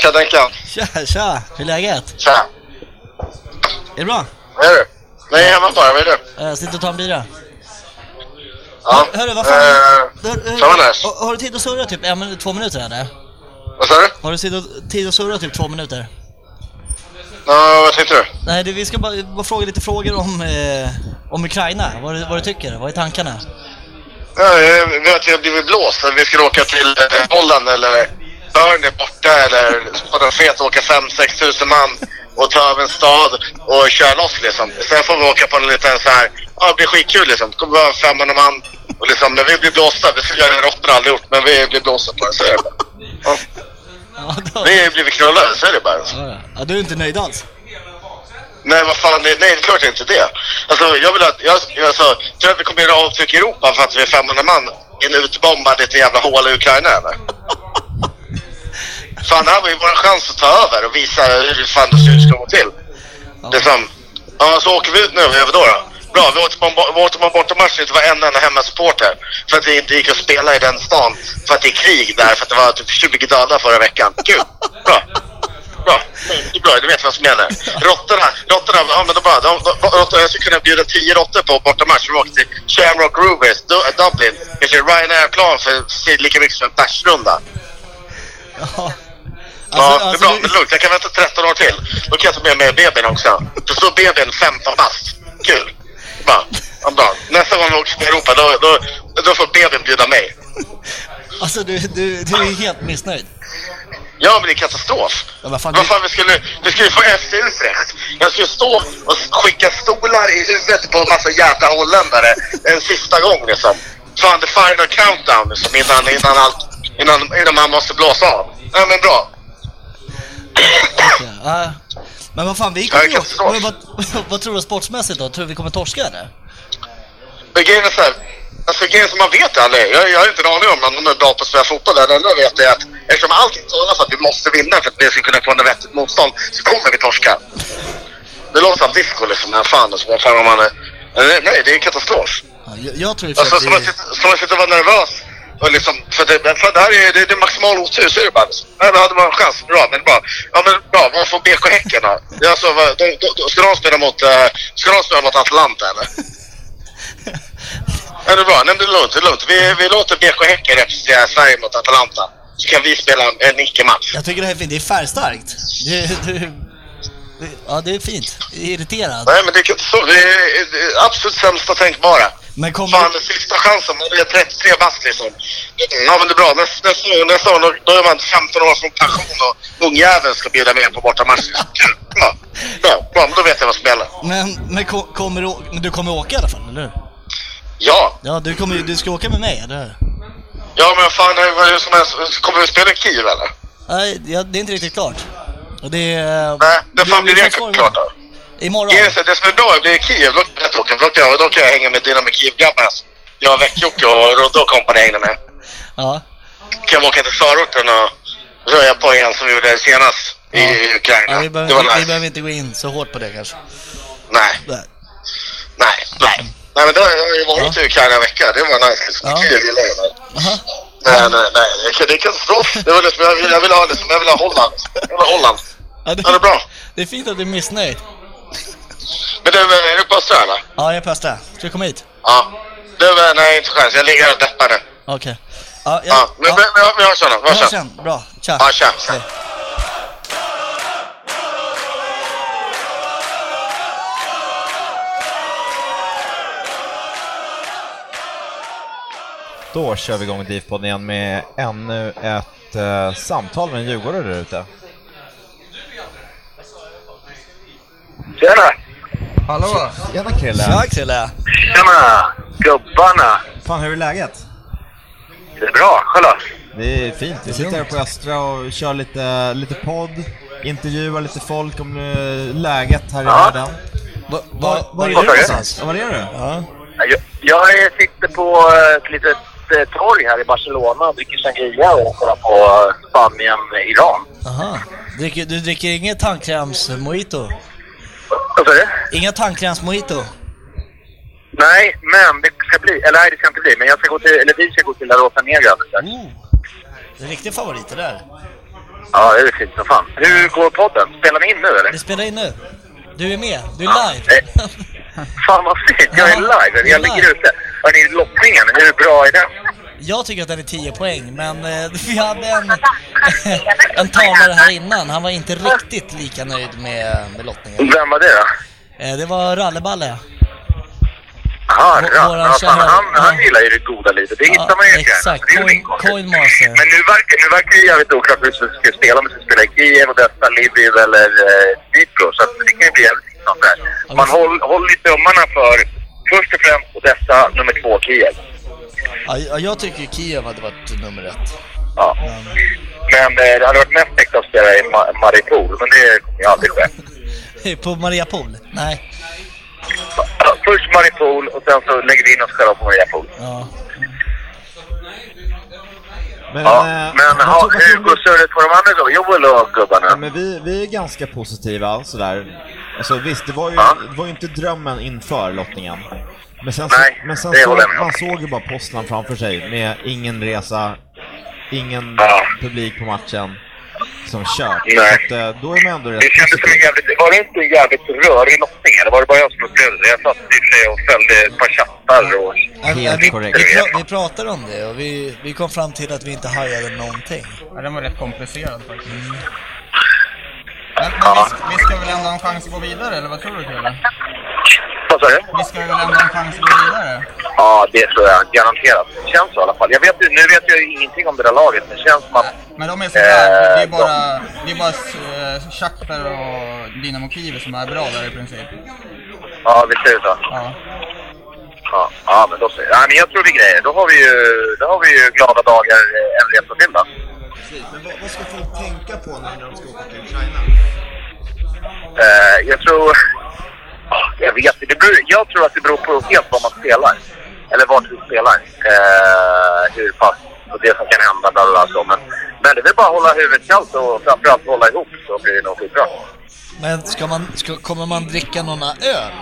S8: Tja Denkan!
S5: Tja, tja. Hur är läget?
S8: Tja!
S5: Är det bra?
S8: Vad gör du? Nej, jag är hemma bara. Vad gör du?
S5: Eh, Jag sitter och tar en bira.
S8: Ja.
S5: Hörru, vad
S8: Eh,
S5: fan... Hör- hör-
S8: fan vad nice.
S5: har, har du tid att surra typ en minut, två minuter eller?
S8: Vad sa du?
S5: Har du tid att, tid att surra typ två minuter?
S8: Ja, vad tänkte du?
S5: Nej, det, vi ska bara, bara fråga lite frågor om, eh, om Ukraina. Vad, du- vad du tycker? Vad är tankarna?
S8: Ja, jag vet att jag har blivit blåst. Vi skulle åka till eh, Holland eller Bern är borta eller Spanafet åka 5-6 tusen man och ta över en stad och köra loss liksom. Sen får vi åka på en liten så här, ja det blir skitkul liksom. Det kommer vara 500 man och liksom, men vi blir blåsta. Vi skulle göra det råttor aldrig gjort, men vi blir blåsta på det. Så är det bara. Ja.
S5: Ja, då,
S8: Vi har blivit knullade, så är det bara.
S5: ja, ja, du är inte nöjd alls?
S8: Nej, vad fan, det, nej det är klart inte det. Alltså, jag vill att, jag, jag alltså, tror jag att vi kommer göra avtryck i Europa för att vi är 500 man i en utbombad liten jävla håla i Ukraina eller? Fan, det här var ju vår chans att ta över och visa hur fan det ser ut ska gå till. Det är som, ja så åker vi ut nu, vad gör vi då? då? Bra, vi åkte på en bo- vi åkte på en bortamatch det inte var en enda hemmasupporter. För att det inte gick att spela i den stan. För att det är krig där, för att det var typ 20 döda förra veckan. Kul! Bra! Bra, det är bra, du vet vad som gäller. Råttorna, råttorna, ja men de bara, de, de, råttorna, jag skulle kunna bjuda tio råttor på bortamatch som åker till Shamrock Rovers, Du- Dublin. Jag kör Ryanair-plan för för lika mycket som en bärsrunda.
S5: Ja.
S8: Ja,
S5: Alltså-
S8: det är
S5: alltså,
S8: bra,
S5: du-
S8: men lugnt, jag kan vänta 13 år till. Då kan jag ta med mig bebisen också. Då står bebisen 15 bast. Kul. Bara, ja, bra. Nästa gång vi åker till Europa, då, då, då får bebisen bjuda mig.
S5: Alltså du, du, du är helt missnöjd.
S8: Ja, men det är katastrof.
S5: Ja, vad fan,
S8: vad
S5: det-
S8: fan vi skulle, vi skulle få efter Utrecht. Jag skulle stå och skicka stolar i huvudet på en massa jävla holländare en sista gång liksom. Fan, the final countdown liksom innan, innan allt, innan, innan man måste blåsa av. Nej men bra.
S5: Ja. Men vad fan, vi
S8: Ja,
S5: kommer
S8: det
S5: ju
S8: kan
S5: också-
S8: förstås.
S5: men vad, (laughs) vad tror du sportsmässigt då? Tror du vi kommer torska eller?
S8: Men grejen är såhär, alltså grejen som man vet aldrig. Jag, jag har inte en aning om om de är bra på att spela fotboll. Det enda jag vet är att eftersom allt talar för att vi måste vinna för att vi ska kunna få en vettigt motstånd så kommer vi torska. Det låter som disco liksom, men fan alltså, vad fan om man är... Nej, nej, det är katastrof.
S5: Ja, jag, jag tror ju för
S8: Alltså
S5: att
S8: som att
S5: vi...
S8: sitta- som att sitta och vara nervös. Och liksom, för det, men fan, det här är, det, det är maximal otur, så är det bara. Liksom. Nej, men hade man en chans, bra. Men bra, ja, men bra vad får BK Häcken då? Det är Alltså, vad- de, de, de, ska de spela mot, eh, ska de spela mot Atlanta eller? Ja, det är bra. Nej, men det är lugnt, det är lugnt. Vi, vi låter BK Häcken representera Sverige mot Atlanta. Så kan vi spela en, en icke-match.
S5: Jag tycker det här är fint, det är färgstarkt. Du, (laughs) du, du- ja, det är fint. Irriterad.
S8: Nej, men det är katastrof. Det är det är absolut sämsta tänkbara.
S5: Men kommer...
S8: Fan, sista chansen. Man är 33 bast liksom. Ja, men det är bra. Nästa, nästa, år- nästa år, då- då är man 15 år från pension och ungjäveln ska bjuda med på bortamatch. Kul. Bra. Bra, bra. Men då vet jag vad som gäller.
S5: Men, men, ko- kommer du, å- men du kommer åka i alla fall, eller hur?
S8: Ja.
S5: Ja, du, kommer, ju- du ska åka med mig, eller hur?
S8: Ja, men fan, hur hur som helst. Kommer vi spela i Kiev eller?
S5: Nej, ja, det är inte riktigt klart. Och det är...
S8: Nej, det fan blir det
S5: svarar
S8: klart då.
S5: Imorgon.
S8: Grejen är så här, Det som är bra blir i Kiev, då kan jag åka. Då kan jag, då kan jag hänga med Dynamic Kiev-grabbarna. alltså. Jag, Väck-Jocke och Rodde och kompani hängde med.
S5: Ja.
S8: Kan vi åka till förorten och röja på igen som vi gjorde senast i Ukraina.
S5: ja vi,
S8: det var
S5: behöver,
S8: nice.
S5: vi behöver inte gå in så hårt på det kanske.
S8: Nej.
S5: Nej.
S8: Nej, nej. Nej men då har jag ju varit i Ukraina en vecka. Det var nice. liksom.
S5: Ja.
S8: Det gillar jag. men- Nej, nej, nej. Det kan- Det är katastrof. Det var liksom, jag, vill, jag, vill ha, liksom, jag vill ha Holland. Jag vill ha Holland.
S5: Ja, det,
S8: Ja, det är bra.
S5: det är fint att du är missnöjd.
S8: Men du, eh, är du på Östra eller?
S5: Ja, jag är på Östra. Ska du komma hit?
S8: Ja. Du, eh, nej inte chans. Jag ligger här och deppar nu.
S5: Okej. Ja, jag,
S8: Ja. Men
S5: ja,
S8: men- men- vi hörs sen då. Vi
S5: vi
S8: hörs
S5: hörs
S8: sen.
S5: sen. Bra. Tja.
S8: Ja, tja. tja.
S5: Hej.
S3: Då kör vi igång DIF-podden igen med ännu ett eh, samtal med en djurgårdare där ute.
S8: Tjena!
S4: Hallå!
S3: Tjena Krille!
S5: Tja, Krille.
S8: Tjena! Gubbarna!
S3: Fan, hur är läget?
S8: Det är bra. Kolla.
S3: Det är fint. Vi sitter här på Östra och kör lite, lite podd, intervjuar lite folk om eh, läget här i världen.
S5: Va- va-
S3: Var, var är du
S8: Vad sa du?
S3: någonstans? Ja, Var är du?
S5: Ja.
S8: Jag,
S10: Jag eh, sitter på eh, ett litet eh, torg här i Barcelona och dricker sangria och kollar på eh, Spanien-Iran.
S5: Aha. Dricker, du dricker inget tandkräms-mojito?
S10: Vad sa du?
S5: Inga tandkräms-mojito?
S10: Nej, men det ska bli. Eller nej, det ska inte bli. Men jag ska gå till, eller vi ska gå till La Rosa Negra alldeles strax.
S5: Det är riktig favorit det där.
S10: Ja, det är fint som fan. Hur går podden? Spelar ni in nu eller?
S5: Vi spelar in nu. Du är med. Du är live.
S10: Eh, Fan vad fint! Jag är live! Jag ligger ute. Hörni, lottningen, hur bra är den?
S5: Jag tycker att den är 10 poäng, men eh, (laughs) vi hade en, en talare här innan. Han var inte riktigt lika nöjd med, med lottningen.
S10: Vem var det då?
S5: Eh, det var Ralleballe.
S10: Jaha,
S5: Vå-
S10: Ratt.
S5: våran
S10: Ja, fan,
S5: kära-
S10: han, han gillar ju det goda livet. Det hittar man ju inte gärna.
S5: exakt.
S10: Det är ju
S5: Coin,
S10: inkomst.
S5: Coinmaster.
S10: Men nu verkar, nu verkar det jävligt oklart hur vi ska spela. Om vi ska spela i Kiev, Odessa, Lviv eller eh, Dnipro. Så att det kan ju bli jävligt intressant där. Man håll, håll i tummarna för först och främst Odessa, nummer två Kiev.
S5: Ja, ja, jag tycker Kiev hade varit nummer ett.
S10: Ja. Men eh, det hade varit mest täckt att spela i Ma- Mariupol, men det kommer ju aldrig ske.
S5: (laughs) På Mariapol? Nej.
S10: Ja, Först Mariupol och sen så lägger vi in oss själva på Mariupol.
S5: Ja.
S3: Men,
S10: ja,
S3: eh,
S10: men
S3: jag
S10: ha,
S3: tror- jag tror-
S10: Hugo Sörret på de andra då? Joel och gubbarna?
S3: Ja, men vi, vi är ganska positiva sådär. Alltså visst, det var ju, det var ju inte drömmen inför lottningen. Men sen, så,
S10: Nej,
S3: men sen
S10: det
S3: så,
S10: håller jag med om.
S3: man såg ju bara Poznan framför sig med ingen resa, ingen publik på matchen som kört.
S10: Nej.
S3: Så att, eh, då är man ändå rätt
S10: Det kändes som en jävligt... Var det inte en jävligt rörig lottning eller var det bara jag som upplevde det? Jag satt i och för sig och följde ett par chattar och...
S5: vi, Vi, pra- vi pratade om det och vi, vi kom fram till att vi inte hajade någonting. Mm.
S4: Ja, den var rätt komplicerad faktiskt.
S10: Ja.
S4: Vi ska väl ändå ha en chans att gå vidare, eller vad tror du Krille?
S10: Vad sa du?
S4: Vi ska väl ändå ha en chans att gå vidare?
S10: Ja, det tror jag garanterat. Det känns så i alla fall. Jag vet, ju- nu vet jag ju ingenting om det där laget, men det känns som att...
S4: Men de är sådär, det är
S10: Eh,
S4: bara, det är bara eh, Shakhtar och Dynamo Kiev som är bra där i princip.
S10: Ja, visst är det så?
S4: Ja.
S10: Ja, ja men då så. Ja, men jag tror vi grejer. Då har vi ju, då har vi ju glada dagar eh, en resa till då.
S3: Men vad, ska folk tänka på när de ska åka till Ukraina?
S10: Eh, jag tror... Ah, Jag vet inte. Det beror, jag tror att det beror på helt vad man spelar. Eller vart vi spelar. Eh, hur pass... Och det som kan hända, bla bla, bla så. Men, men det är väl bara att hålla huvudet kallt och framförallt hålla ihop så blir det nog skitbra.
S5: Men ska man, ska, kommer man dricka någon öl?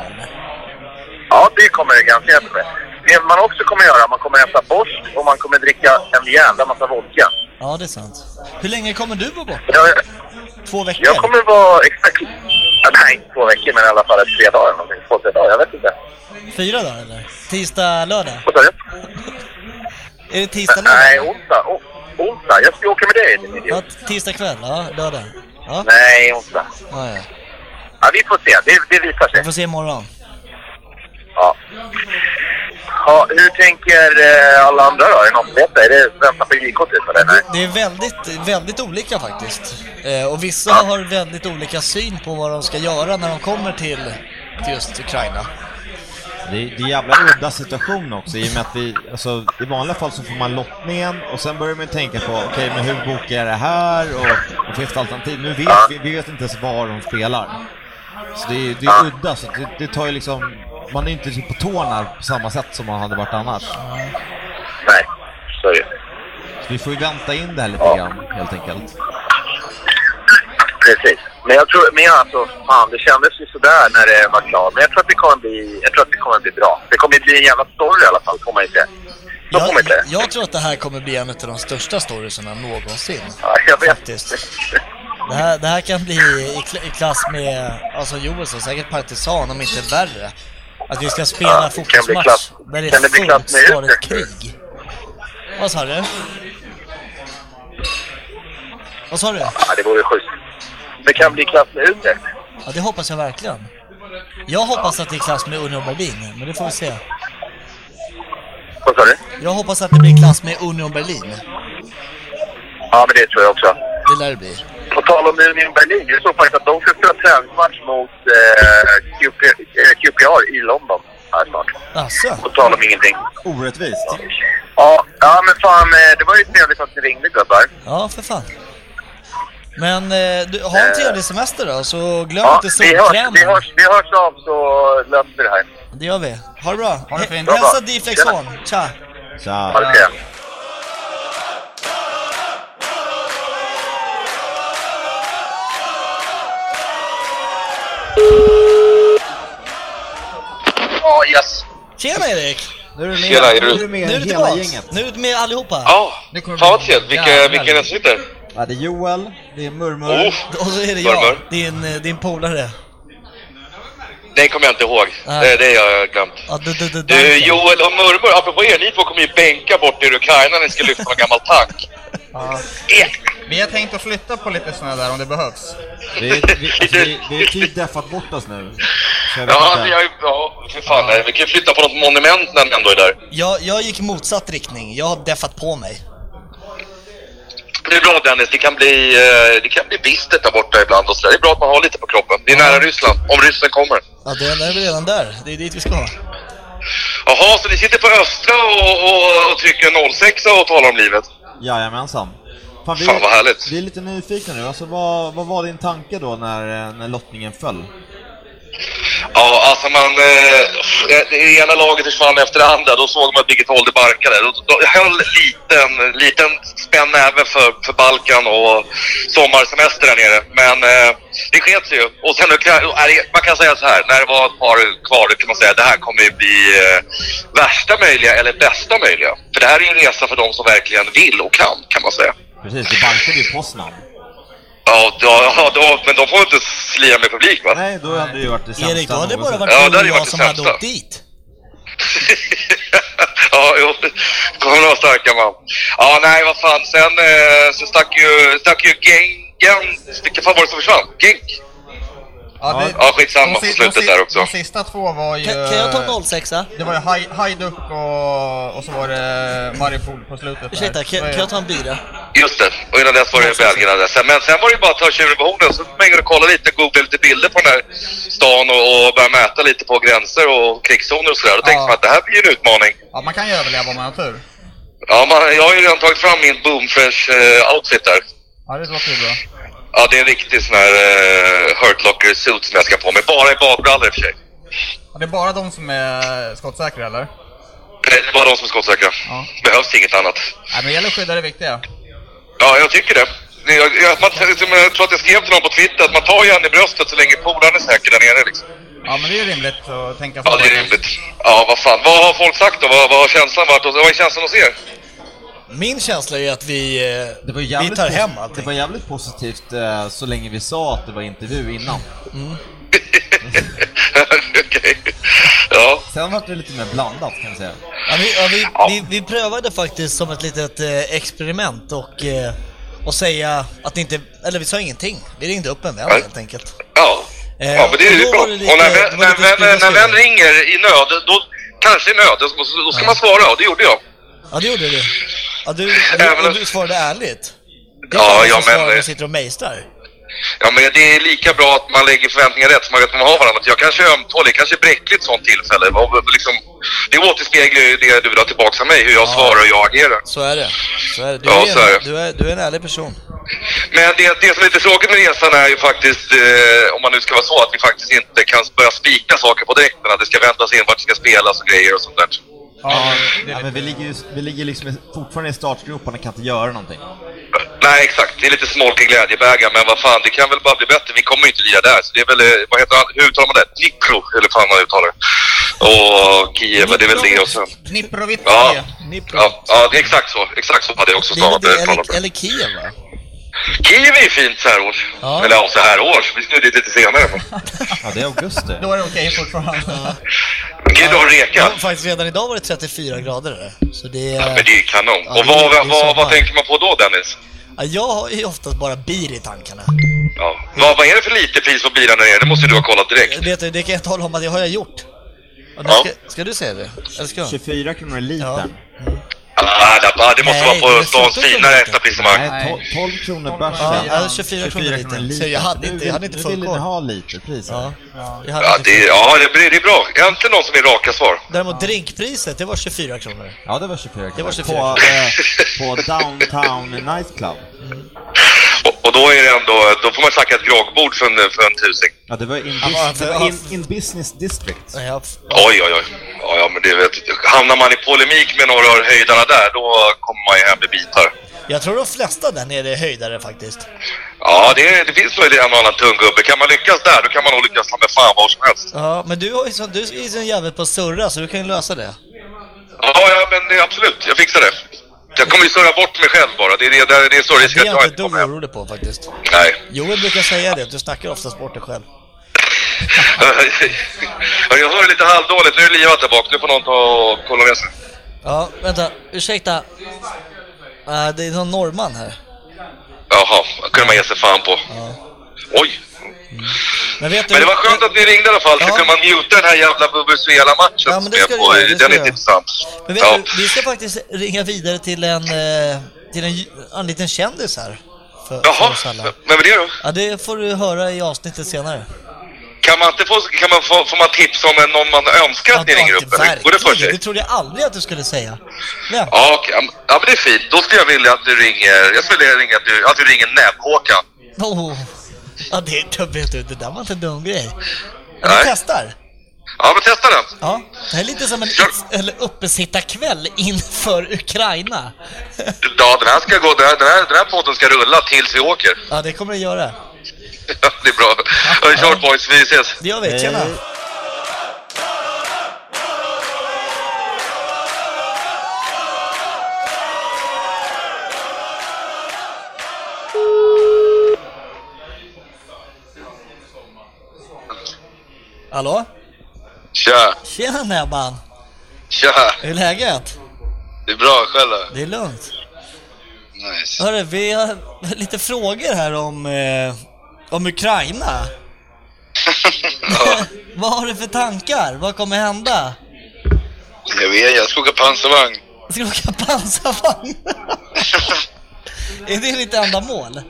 S10: Ja, det kommer det garanterat med. Det man också kommer göra, man kommer äta borst och man kommer dricka en jävla massa vodka.
S5: Ja, det är sant. Hur länge kommer du vara borta?
S10: Jag,
S5: Två veckor?
S10: jag kommer vara exakt... ja, Nej, två veckor men i alla fall tre dagar eller någonting. Två, tre dagar. Jag vet inte.
S5: Fyra dagar eller? Tisdag, lördag?
S10: Vad sa du?
S5: Är det tisdag, lördag?
S10: Nej, onsdag. O- onsdag. Jag ska åka med dig din idiot.
S5: Ja, tisdag kväll? Ja, lördag? Ja,
S10: Nej, onsdag.
S5: ja, ja.
S10: Ja, vi får se. Det, det visar sig.
S5: Vi får se imorgon.
S10: Ja. Ja, hur tänker eh, alla andra då? Är det någon som vet det? Är det vänta på JK typ eller? Nej.
S5: Det är väldigt, väldigt olika faktiskt. Eh, och vissa har väldigt olika syn på vad de ska göra när de kommer till, till just Ukraina.
S3: Det är, det är jävla udda situation också i och med att vi, alltså, i vanliga fall så får man lottningen och sen börjar man ju tänka på okej men hur bokar jag det här och vad finns det alternativ? Nu vet vi, vi vet inte ens var de spelar. Så det är, det är udda, så det, det tar ju liksom, man är inte typ på tårna på samma sätt som man hade varit annars.
S10: Nej, så är det.
S3: Så vi får ju vänta in det här lite grann helt enkelt.
S10: Precis. Men jag tror, men jag, alltså, fan det kändes ju sådär när det var klart. Men jag tror att det kommer bli, jag tror att det kommer bli bra. Det kommer bli en jävla story i alla fall, får man ju se. Så får man
S5: Jag,
S10: ju se.
S5: jag tror att det här kommer bli en av de största storiesarna någonsin.
S10: Ja, jag vet.
S5: Faktiskt. Det här, det här kan bli i, kl- i klass med, alltså Joel sa, säkert Partisan om inte värre. Att vi ska spela
S10: Ja, det kan bli
S5: fotbollsmatch
S10: klass-
S5: där det
S10: kan det bli
S5: är
S10: klass med
S5: fullskaligt
S10: Ute?
S5: krig. Vad sa du? Vad sa du?
S10: Ja, det vore schysst. Det kan bli klass med Utrecht.
S5: Ja, det hoppas jag verkligen. Jag hoppas att det är klass med Union Berlin, men det får vi se.
S10: Vad sa du?
S5: Jag hoppas att det blir klass med Union Berlin.
S10: Ja, men det tror jag också.
S5: Det lär det bli.
S10: På tal om Union Berlin, jag såg faktiskt att de ska spela träningsmatch mot eh, QP, eh, QPR i London här snart.
S5: Alltså.
S10: På tal om ingenting.
S3: Orättvist.
S10: Ja, ja men fan, eh, det var ju trevligt att ni ringde gubbar.
S5: Ja, för fan. Men eh, du, ha en trevlig semester då, så glöm inte
S10: vi hörs, vi,
S5: solkrämen.
S10: hörs, vi hörs av så löser vi det här.
S5: Det gör vi. Ha det bra. Ha
S10: det fint.
S5: Hälsa
S10: Bra.
S5: Deflex Horn. Tja. Ah.
S3: Tja.
S10: Ha det trevligt. Ja, yes.
S5: Tjena Erik!
S3: Nu är du med,
S11: Tjena, är
S3: nu
S11: du-
S3: är du med
S5: Nu är du
S3: hela
S5: tillbaks.
S3: gänget.
S5: Nu är du med allihopa.
S11: Ja,
S5: Nu kommer
S11: fan
S5: det
S11: vad
S5: bli-
S11: trevligt. Vilka,
S5: Jävlar.
S11: vilka är det som sitter?
S3: Ja, det är Joel, det är Murmur.
S11: Oh,
S5: Och så är det jag,
S11: Murmur.
S5: din, eh, din polare.
S11: Det kommer jag inte ihåg.
S5: Nej.
S11: Det, det har jag glömt.
S5: Ja, du, du, du,
S11: Du, Joel och Murmur, apropå er, ni två kommer ju bänka bort er i Ukraina när ni ska lyfta någon gammal tank.
S4: Ja.
S11: Ek!
S4: Vi har tänkt att flytta på lite snö där om det behövs.
S3: Vi, vi, alltså, vi, vi är typ deffat bort oss nu. Så jag vet
S11: Ja,
S3: inte.
S11: vi har ju... Ja, för fan. Nej, vi kan ju flytta på något monument när ni ändå är där.
S5: Jag, jag gick i motsatt riktning. Jag har deffat på mig.
S11: Det är bra Dennis, det kan bli, eh, det kan bli bistert där borta ibland och så där. Det är bra att man har lite på kroppen. Det är nära Ryssland, om ryssen kommer.
S5: Ja, det är vi redan där. Det är dit vi ska.
S11: Jaha, så ni sitter på Östra och, och, och trycker 06 och talar om livet?
S3: Jajamensan. Fan, vi,
S11: Fan, vad härligt.
S3: Vi är lite nyfikna nu. Alltså, vad, vad var din tanke då när, eh, när lottningen föll?
S11: Ja, alltså man... Eh, det- det ena laget försvann efter det andra. Då såg man att Birgit Holde barkade. Då, då jag höll liten, liten spänn även för, för Balkan och sommarsemester där nere. Men eh, det sket sig ju. Och sen, Ukra- och, nej, man kan säga så här, när det var ett par kvar då kan man säga att det här kommer ju bli eh, värsta möjliga eller bästa möjliga. För det här är ju en resa för de som verkligen vill och kan, kan man säga.
S3: Precis, det bankade ju Poznan.
S11: Ja, ja, ja då, men de får inte slira med publik va?
S3: Nej, då hade det ju varit det sämsta
S5: Erik, då hade det bara
S3: någonsin.
S5: varit
S11: Ja, det
S5: du
S11: hade
S5: och
S11: ju
S5: jag
S11: varit det
S5: som hade
S11: sämsta.
S5: åkt dit.
S11: (laughs) ja, jo. Kommer några starka man. Ja, nej, vad fan. Sen eh, så stack ju, stack ju Gengen... Vilken fan var det som försvann? Genk?
S3: Ja,
S4: det-
S11: Ja, skitsamma
S4: de
S11: på
S4: si-
S11: slutet
S4: de si-
S11: där också.
S4: De sista två var ju... eh,
S5: Kan, kan jag ta 06
S4: Det var ju Hai- Hajduk och, och så var det Mariupol på slutet
S5: Ursäkta, kan,
S4: Det var
S5: kan
S4: ju-
S5: jag ta en bira?
S11: Just det. Och innan dess var det Belgien adressen. Men sen var det ju bara att ta tjuren på hornen. Så man och kolla lite, googla lite bilder på den här stan och, och börja mäta lite på gränser och krigszoner och sådär. Då tänkte
S4: Ja.
S11: man att det här blir ju en utmaning.
S4: Ja, man kan ju överleva om man har tur.
S11: Ja, man, jag har ju redan tagit fram min boomfresh eh, outfit där.
S4: Ja, det låter ju bra.
S11: Ja, det är en riktig sån här uh, Hurt Locker suit som jag ska på mig. Bara i badbrallor i och för sig.
S4: Ja, det är bara de som är skottsäkra, eller?
S11: Det är bara de som är skottsäkra.
S4: Ja.
S11: Behövs inget annat.
S4: Nej, men det gäller att skydda det viktiga.
S11: Ja, jag tycker det. Jag, jag, man, som jag tror att jag skrev till någon på Twitter att man tar ju en i bröstet så länge polaren är säker där nere liksom.
S4: Ja, men det är ju rimligt att tänka så.
S11: Ja, det är rimligt. Ja, vad fan. Vad har folk sagt då? Vad, vad har känslan varit? hos- Vad är känslan hos er?
S5: Min känsla är att vi, eh,
S3: Det var
S5: vi
S3: jävligt
S5: tar
S3: posi-
S5: hem
S3: Det
S5: allting.
S3: var jävligt positivt eh, så länge vi sa att det var intervju innan.
S11: Mm. (laughs) Okej. Ja.
S3: Sen var det lite mer blandat kan jag säga.
S5: Ja, vi, ja, vi,
S11: Ja.
S5: vi, vi prövade faktiskt som ett litet eh, experiment och, eh, och säga att inte, eller vi sa ingenting. Vi ringde upp en vän
S11: Nej.
S5: helt enkelt.
S11: Ja.
S5: Eh,
S11: Ja, men det är
S5: och
S11: ju
S5: då
S11: bra.
S5: var det lite-
S11: och när
S5: det
S11: vän,
S5: var
S11: när,
S5: lite
S11: vän, när
S5: spridda
S11: vän ringer i nöd, då, kanske i nöd, då, då ska man svara och det gjorde jag.
S5: Ja, det gjorde du. Ja, du,
S11: Även
S5: du, och
S11: om-
S5: du svarade ärligt. Det är
S11: Ja,
S5: många
S11: ja,
S5: som
S11: men-
S5: svarar och sitter och mejslar.
S11: Ja, men det är lika bra att man lägger förväntningar rätt så man vet vad man har varandra. Jag kanske är ömtålig, kanske är bräckligt sånt tillfälle. Och Liksom, det återspeglar ju det du vill ha tillbaka av mig, hur jag svarar och jag agerar.
S5: Så är det. Så är det. Du,
S11: Ja,
S5: är
S11: så är
S5: en,
S11: det.
S5: du, är, du är en ärlig person.
S11: Men det, det som är lite tråkigt med resan är ju faktiskt, eh, om man nu ska vara så, att vi faktiskt inte kan börja spika saker på direkten. Att det ska väntas in vart det ska spelas och grejer och sånt där.
S3: Ja, men vi ligger, ju, vi ligger liksom i- fortfarande i startgroparna och kan inte göra någonting.
S11: Nej, exakt. Det är lite smolk i glädjebägaren, men vad fan, det kan väl bara bli bättre. Vi kommer ju inte lira där, så det är väl, eh, vad heter han, hur uttalar man det? Nikro, eller fan man uttalar det. Och Kiev, det är väl det och sen...
S4: Dniprovitj.
S11: Ja,
S5: Nipro.
S11: ja, ja det är exakt så. Exakt så hade jag också
S5: Det är väl
S11: stavat
S5: det,
S11: det. talat
S5: eller,
S11: om.
S5: eller Kiev va?
S11: Kiev är ju fint så här års.
S5: Ja.
S11: Eller ja, så här års. Vi ska ju dit lite senare.
S5: (laughs)
S3: Ja, det är augusti.
S4: Då är det okej fortfarande.
S11: Gud, du har
S5: Det
S11: reka.
S5: har faktiskt redan idag varit 34 grader där. Så det
S11: Men
S5: är...
S11: det är ju kanon.
S5: Ja,
S11: Och
S5: det är-
S11: vad,
S5: det är
S11: vad,
S5: sommar.
S11: vad, tänker man på då, Dennis?
S5: Ja, jag har ju oftast bara bir i tankarna.
S11: Ja. Vad, vad är det för lite pris på bilarna nere? Det måste ju du ha kollat direkt.
S5: Vet du, det kan jag tala om att det har jag gjort. Och nu
S11: Ja.
S5: ska, ska du säga det? Eller ska jag?
S3: 24 kronor litern.
S11: Ah, det, ah, det måste
S5: Nej,
S11: vara
S5: det är
S11: på stans
S5: 17
S11: finare
S5: liter.
S11: etablissemang.
S3: Nej, to- 12 kronor bärs.
S5: Ja,
S3: ja.
S5: ja, 24 kronor liter. Så jag hade inte, jag hade inte
S3: Nu vill
S5: full
S3: ni
S5: koll.
S3: ha literpriset.
S5: Ja, jag hade
S11: Ja,
S5: inte
S11: det, ja det, blir- det är bra. Äntligen någon som är raka svar.
S5: Däremot drinkpriset, det var 24 kronor.
S3: Ja, det var 24 kronor.
S5: Det var 24
S3: På, eh, på Downtown Nightclub.
S11: Och, Och då är det ändå, då får man snacka ett groggbord för en, för en tusing.
S3: Ja, det var in, bus- det var in, in business district.
S11: Oj, oj, oj. Ja, ja, men det vet Hamnar man i polemik med några av höjdarna där, då kommer man ju hem med bitar.
S5: Jag tror de flesta där nere är höjdare faktiskt.
S11: Ja, det, det finns nog en och annan tung gubbe. Kan man lyckas där, då kan man nog lyckas ta med fan var som helst.
S5: Ja, men du, har ju så, du är ju sån jävel på att surra så du kan ju lösa det.
S11: Ja, ja, men det, absolut. Jag fixar det. Jag kommer ju surra bort mig själv bara. Det är det, det, är- det är så det
S5: Det är
S11: ska
S5: jag
S11: jag
S5: inte ett dugg orolig på faktiskt.
S11: Nej.
S5: Joel brukar säga det, du snackar oftast bort dig själv.
S11: Ja, (laughs) Jag hör lite halvdåligt. Nu är det livat där bak. Nu får någon ta och kolla med sig.
S5: Ja, vänta, ursäkta. Äh, det är någon norrman här.
S11: Jaha, det kunde man ge sig fan på. Oj!
S5: Men, vet du,
S11: Men det var skönt att ni ringde i alla fall, så kunde man muta den här jävla Vuvuzela-matchen
S5: Ja, men
S11: som
S5: det
S11: är
S5: ska
S11: på.
S5: du göra, det ska
S11: Den
S5: du
S11: är
S5: göra.
S11: inte intressant.
S5: Men vet
S11: Ja.
S5: du, vi ska faktiskt ringa vidare till en, eh, till en, en liten kändis här. För, för
S11: Jaha,
S5: oss alla.
S11: vem är det då?
S5: Ja, det får du höra i avsnittet senare.
S11: Kan man inte få, kan man få, får man tips om en- någon man önskar att ni ringer upp? eller? Går det för
S5: Det
S11: sig?
S5: trodde jag aldrig att du skulle säga.
S11: Ja, okej. ja, men- ja, men det är fint. Då skulle jag vilja att du ringer, jag skulle vilja ringa att du, att du ringer Näbbhåkan.
S5: Oh. Ja, det, jag vet du, det där var inte en dum grej. Ja, vi testar.
S11: Ja, men testa den.
S5: Ja, det här är lite som en eller uppesittarkväll inför Ukraina.
S11: Ja, den här ska gå, den här, den här, den här podden ska rulla tills vi åker. (laughs)
S5: Ja, det kommer det göra.
S11: det är bra. Ja, Kört boys, vi ses. Eh,
S5: Det gör vi, tjena. Hallå?
S11: Tja,
S5: Tjena Näbban!
S11: tja.
S5: Hur är läget?
S11: Det är bra, själv då?
S5: Det är lugnt.
S11: Nice.
S5: Hörru, vi har lite frågor här om, eh, om Ukraina. (laughs) Vad har du för tankar? Vad kommer hända?
S11: Jag vet, jag ska åka pansarvagn.
S5: Ska du åka pansarvagn? är det ditt enda mål?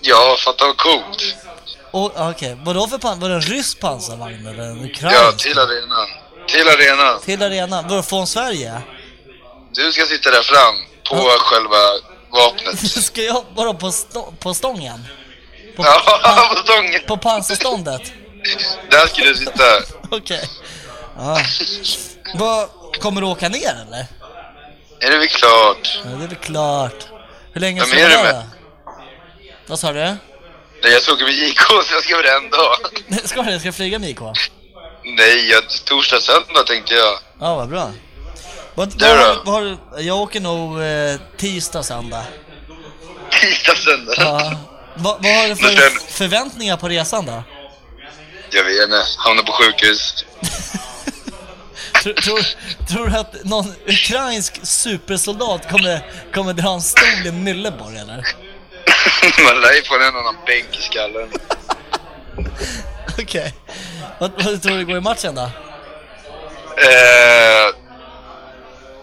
S11: Ja, fatta vad coolt.
S5: Och- Okej, vadå för pansarvagn? Var det en rysk pansarvagn eller en
S11: Ja,
S5: ukrainsk?
S11: till arenan. Till arenan.
S5: Till arenan? Vadå, från Sverige? (laughs)
S11: Du ska sitta där fram på själva vapnet.
S5: Ska jag vara på, stå- på stången? På,
S11: Ja, (laughs) på stången.
S5: På
S11: (laughs)
S5: pansarståndet?
S11: Där ska du sitta.
S5: Okej. Ja. Vad, kommer du åka ner eller?
S11: Är det väl klart?
S5: Ja, det är väl klart. Hur länge
S11: Vem
S5: ska du
S11: är du
S5: vara
S11: med?
S5: där? Vad sa du? (laughs)
S11: Nej, jag ska åka med JK så jag ska vara en dag.
S5: Ska du? Ska jag flyga med IK? Ja,
S11: Nej, jag, torsdag, söndag tänkte jag.
S5: vad bra. Vad,
S11: Du
S5: vad,
S11: då?
S5: har du- vad har du, jag åker nog eh, tisdag, söndag.
S11: Tisdag, söndag.
S5: Ja. Vad, vad har du
S11: Men sen-
S5: för förväntningar på resan då?
S11: Jag vet inte. Hamna på sjukhus.
S5: Tror, tror, tror du att någon ukrainsk supersoldat kommer, kommer dra en stol i Mylleborg eller?
S10: (laughs)
S11: Man lär ju få en annan bänk i skallen.
S5: Okej. Vad, vad tror du går i matchen då?
S11: Eh,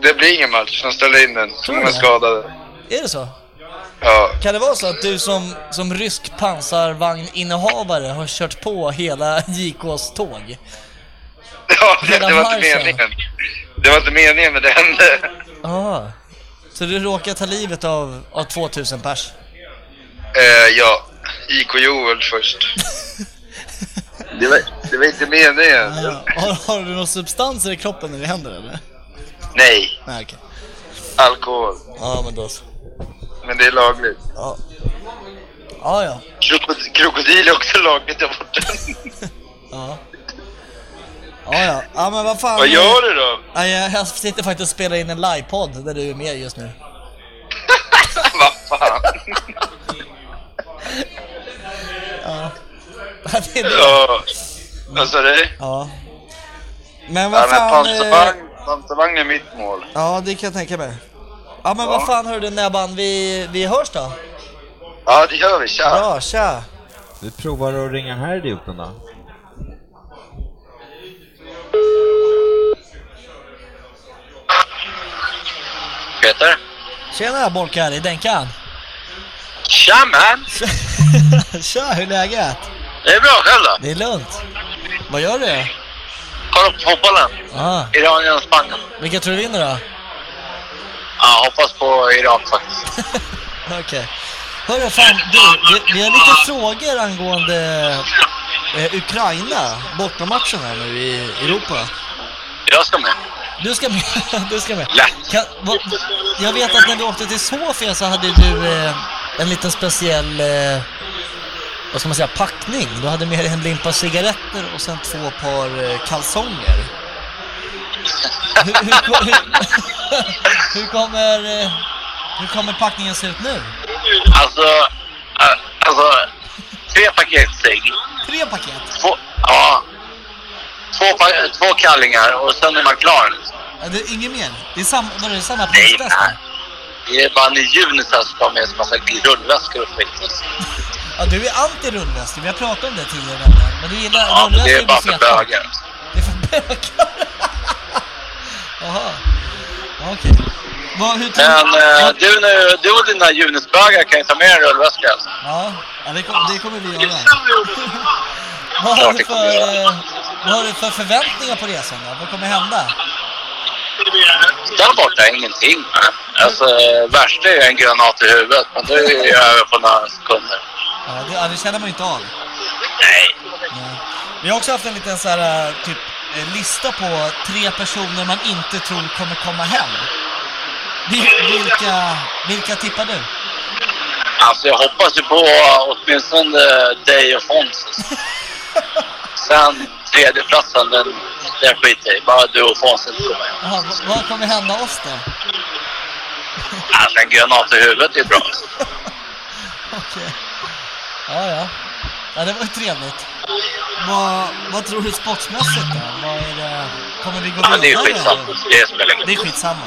S11: det blir ingen match. De ställer in den. Så många skadade.
S5: Är det så?
S11: Ja. (laughs)
S5: Kan det vara så att du som, som rysk pansarvagninnehavare har kört på hela JKs tåg?
S11: Ja, det,
S5: Hela
S11: det var inte
S5: marschen.
S11: meningen. Det var inte meningen, men det hände.
S5: Ah. Så du råkar ta livet av, av 2000 pers?
S11: Eh, ja, IK Joel
S5: (laughs)
S11: först. det, var, det var inte meningen.
S5: Har, har du några substanser i kroppen när det händer eller?
S11: Nej,
S5: Nej, okej.
S11: alkohol.
S5: Ja, men då så.
S11: Men det är lagligt.
S10: (laughs)
S5: Ja. Ja, ja.
S11: Krokod- krokodil är också lagligt där
S5: (laughs)
S11: borta.
S5: Ja. Ja, ja. ja men vad fan.
S11: Vad gör du då?
S5: Ja, jag jag sitter faktiskt och spelar in en livepodd där du är med just nu.
S11: Vad fan?
S5: Ja. (laughs) Ja, det är det.
S11: ja. Vad sa du?
S5: Ja. Men
S11: Ja,
S5: vad
S11: men
S5: fan. eh,
S11: pansarvagn, pansarvagn är mitt mål.
S5: Ja, det kan jag tänka mig. Ja, men vad
S11: Ja.
S5: fan hörru Näbban, vi, vi hörs då.
S11: Ja, det gör vi. Tja!
S5: Bra, tja.
S3: Vi provar att ringa den här idioten då.
S11: Peter?
S5: Tjena Bolkar, det är Denkan.
S11: Tja man!
S5: (laughs) tja, hur är läget?
S11: Det är bra själv då?
S5: Det är lugnt. Vad gör du?
S11: Kolla på fotbollen.
S5: Ah,
S11: Iranien och Spanien.
S5: vilka tror du vinner då? (laughs)
S11: Ja, hoppas på Irak faktiskt.
S5: Okej. Hörru, fan du, vi, vi har lite frågor angående eh, Ukraina, bortamatchen här nu i Europa.
S10: Jag ska med.
S5: Du ska med. (laughs) Du ska med. Kan, va, jag vet att när vi åkte till Sofia så hade du eh, en liten speciell, eh, vad ska man säga, packning. Du hade med dig en limpa cigaretter och sen två par eh, kalsonger. Hur, hur, hur, (laughs) hur, kommer, eh, hur kommer packningen se ut nu?
S10: Alltså, eh, alltså tre paket cigg.
S5: Tre paket?
S10: Två, ja. Två, pa- två kallingar och sen är man klar.
S5: Ja, det är inget mer? Det är samma, var det samma prisdäst?
S10: Det är bara i juni sen ska man ha med sig massa rullväskor och skit.
S5: Ja, du är anti rundväskor. Vi har pratat om det tidigare nämligen. Men du gillar
S10: Ja, men
S5: rundväskor
S10: det är bara för
S5: feta.
S10: bögar.
S5: Det är för bögar. (laughs) Jaha. Ja, Okej. Vad- hur tror
S10: Men eh, du, nu, du och dina junisbögar kan ju ta med en rullväska. alltså.
S5: Ja, ja det, kom, det kommer vi göra. vad, har
S10: Klart
S5: du
S10: det
S5: för,
S10: kommer jag
S5: eh, (laughs) vad har du för förväntningar på resan då? Vad kommer hända?
S10: Där borta är ingenting. Alltså, värsta är en granat i huvudet, men det är över på några sekunder.
S5: Ja, det, ja, det känner man ju inte av.
S10: Nej.
S5: Vi har också haft en liten så här, eh, typ, eh, lista på tre personer man inte tror kommer komma hem. Vil- Vilka, vilka tippar du?
S10: Alltså, jag hoppas ju på åtminstone eh, dig och Fons. alltså. Sen tredjeplatsen, den, den skiter jag i. Bara du och Fons inte kommer hem.
S5: Jaha, v- vad kommer hända oss då? (laughs)
S10: Alltså, en granat i huvudet är bra.
S5: Okej. Ja, ja. Ja, det var ju trevligt. Vad, vad tror du sportsmässigt då? Vad är det? Kommer vi gå
S10: Ja,
S5: vidare?
S10: det är skitsamma. Det spelar ingen
S5: Det är skitsamma.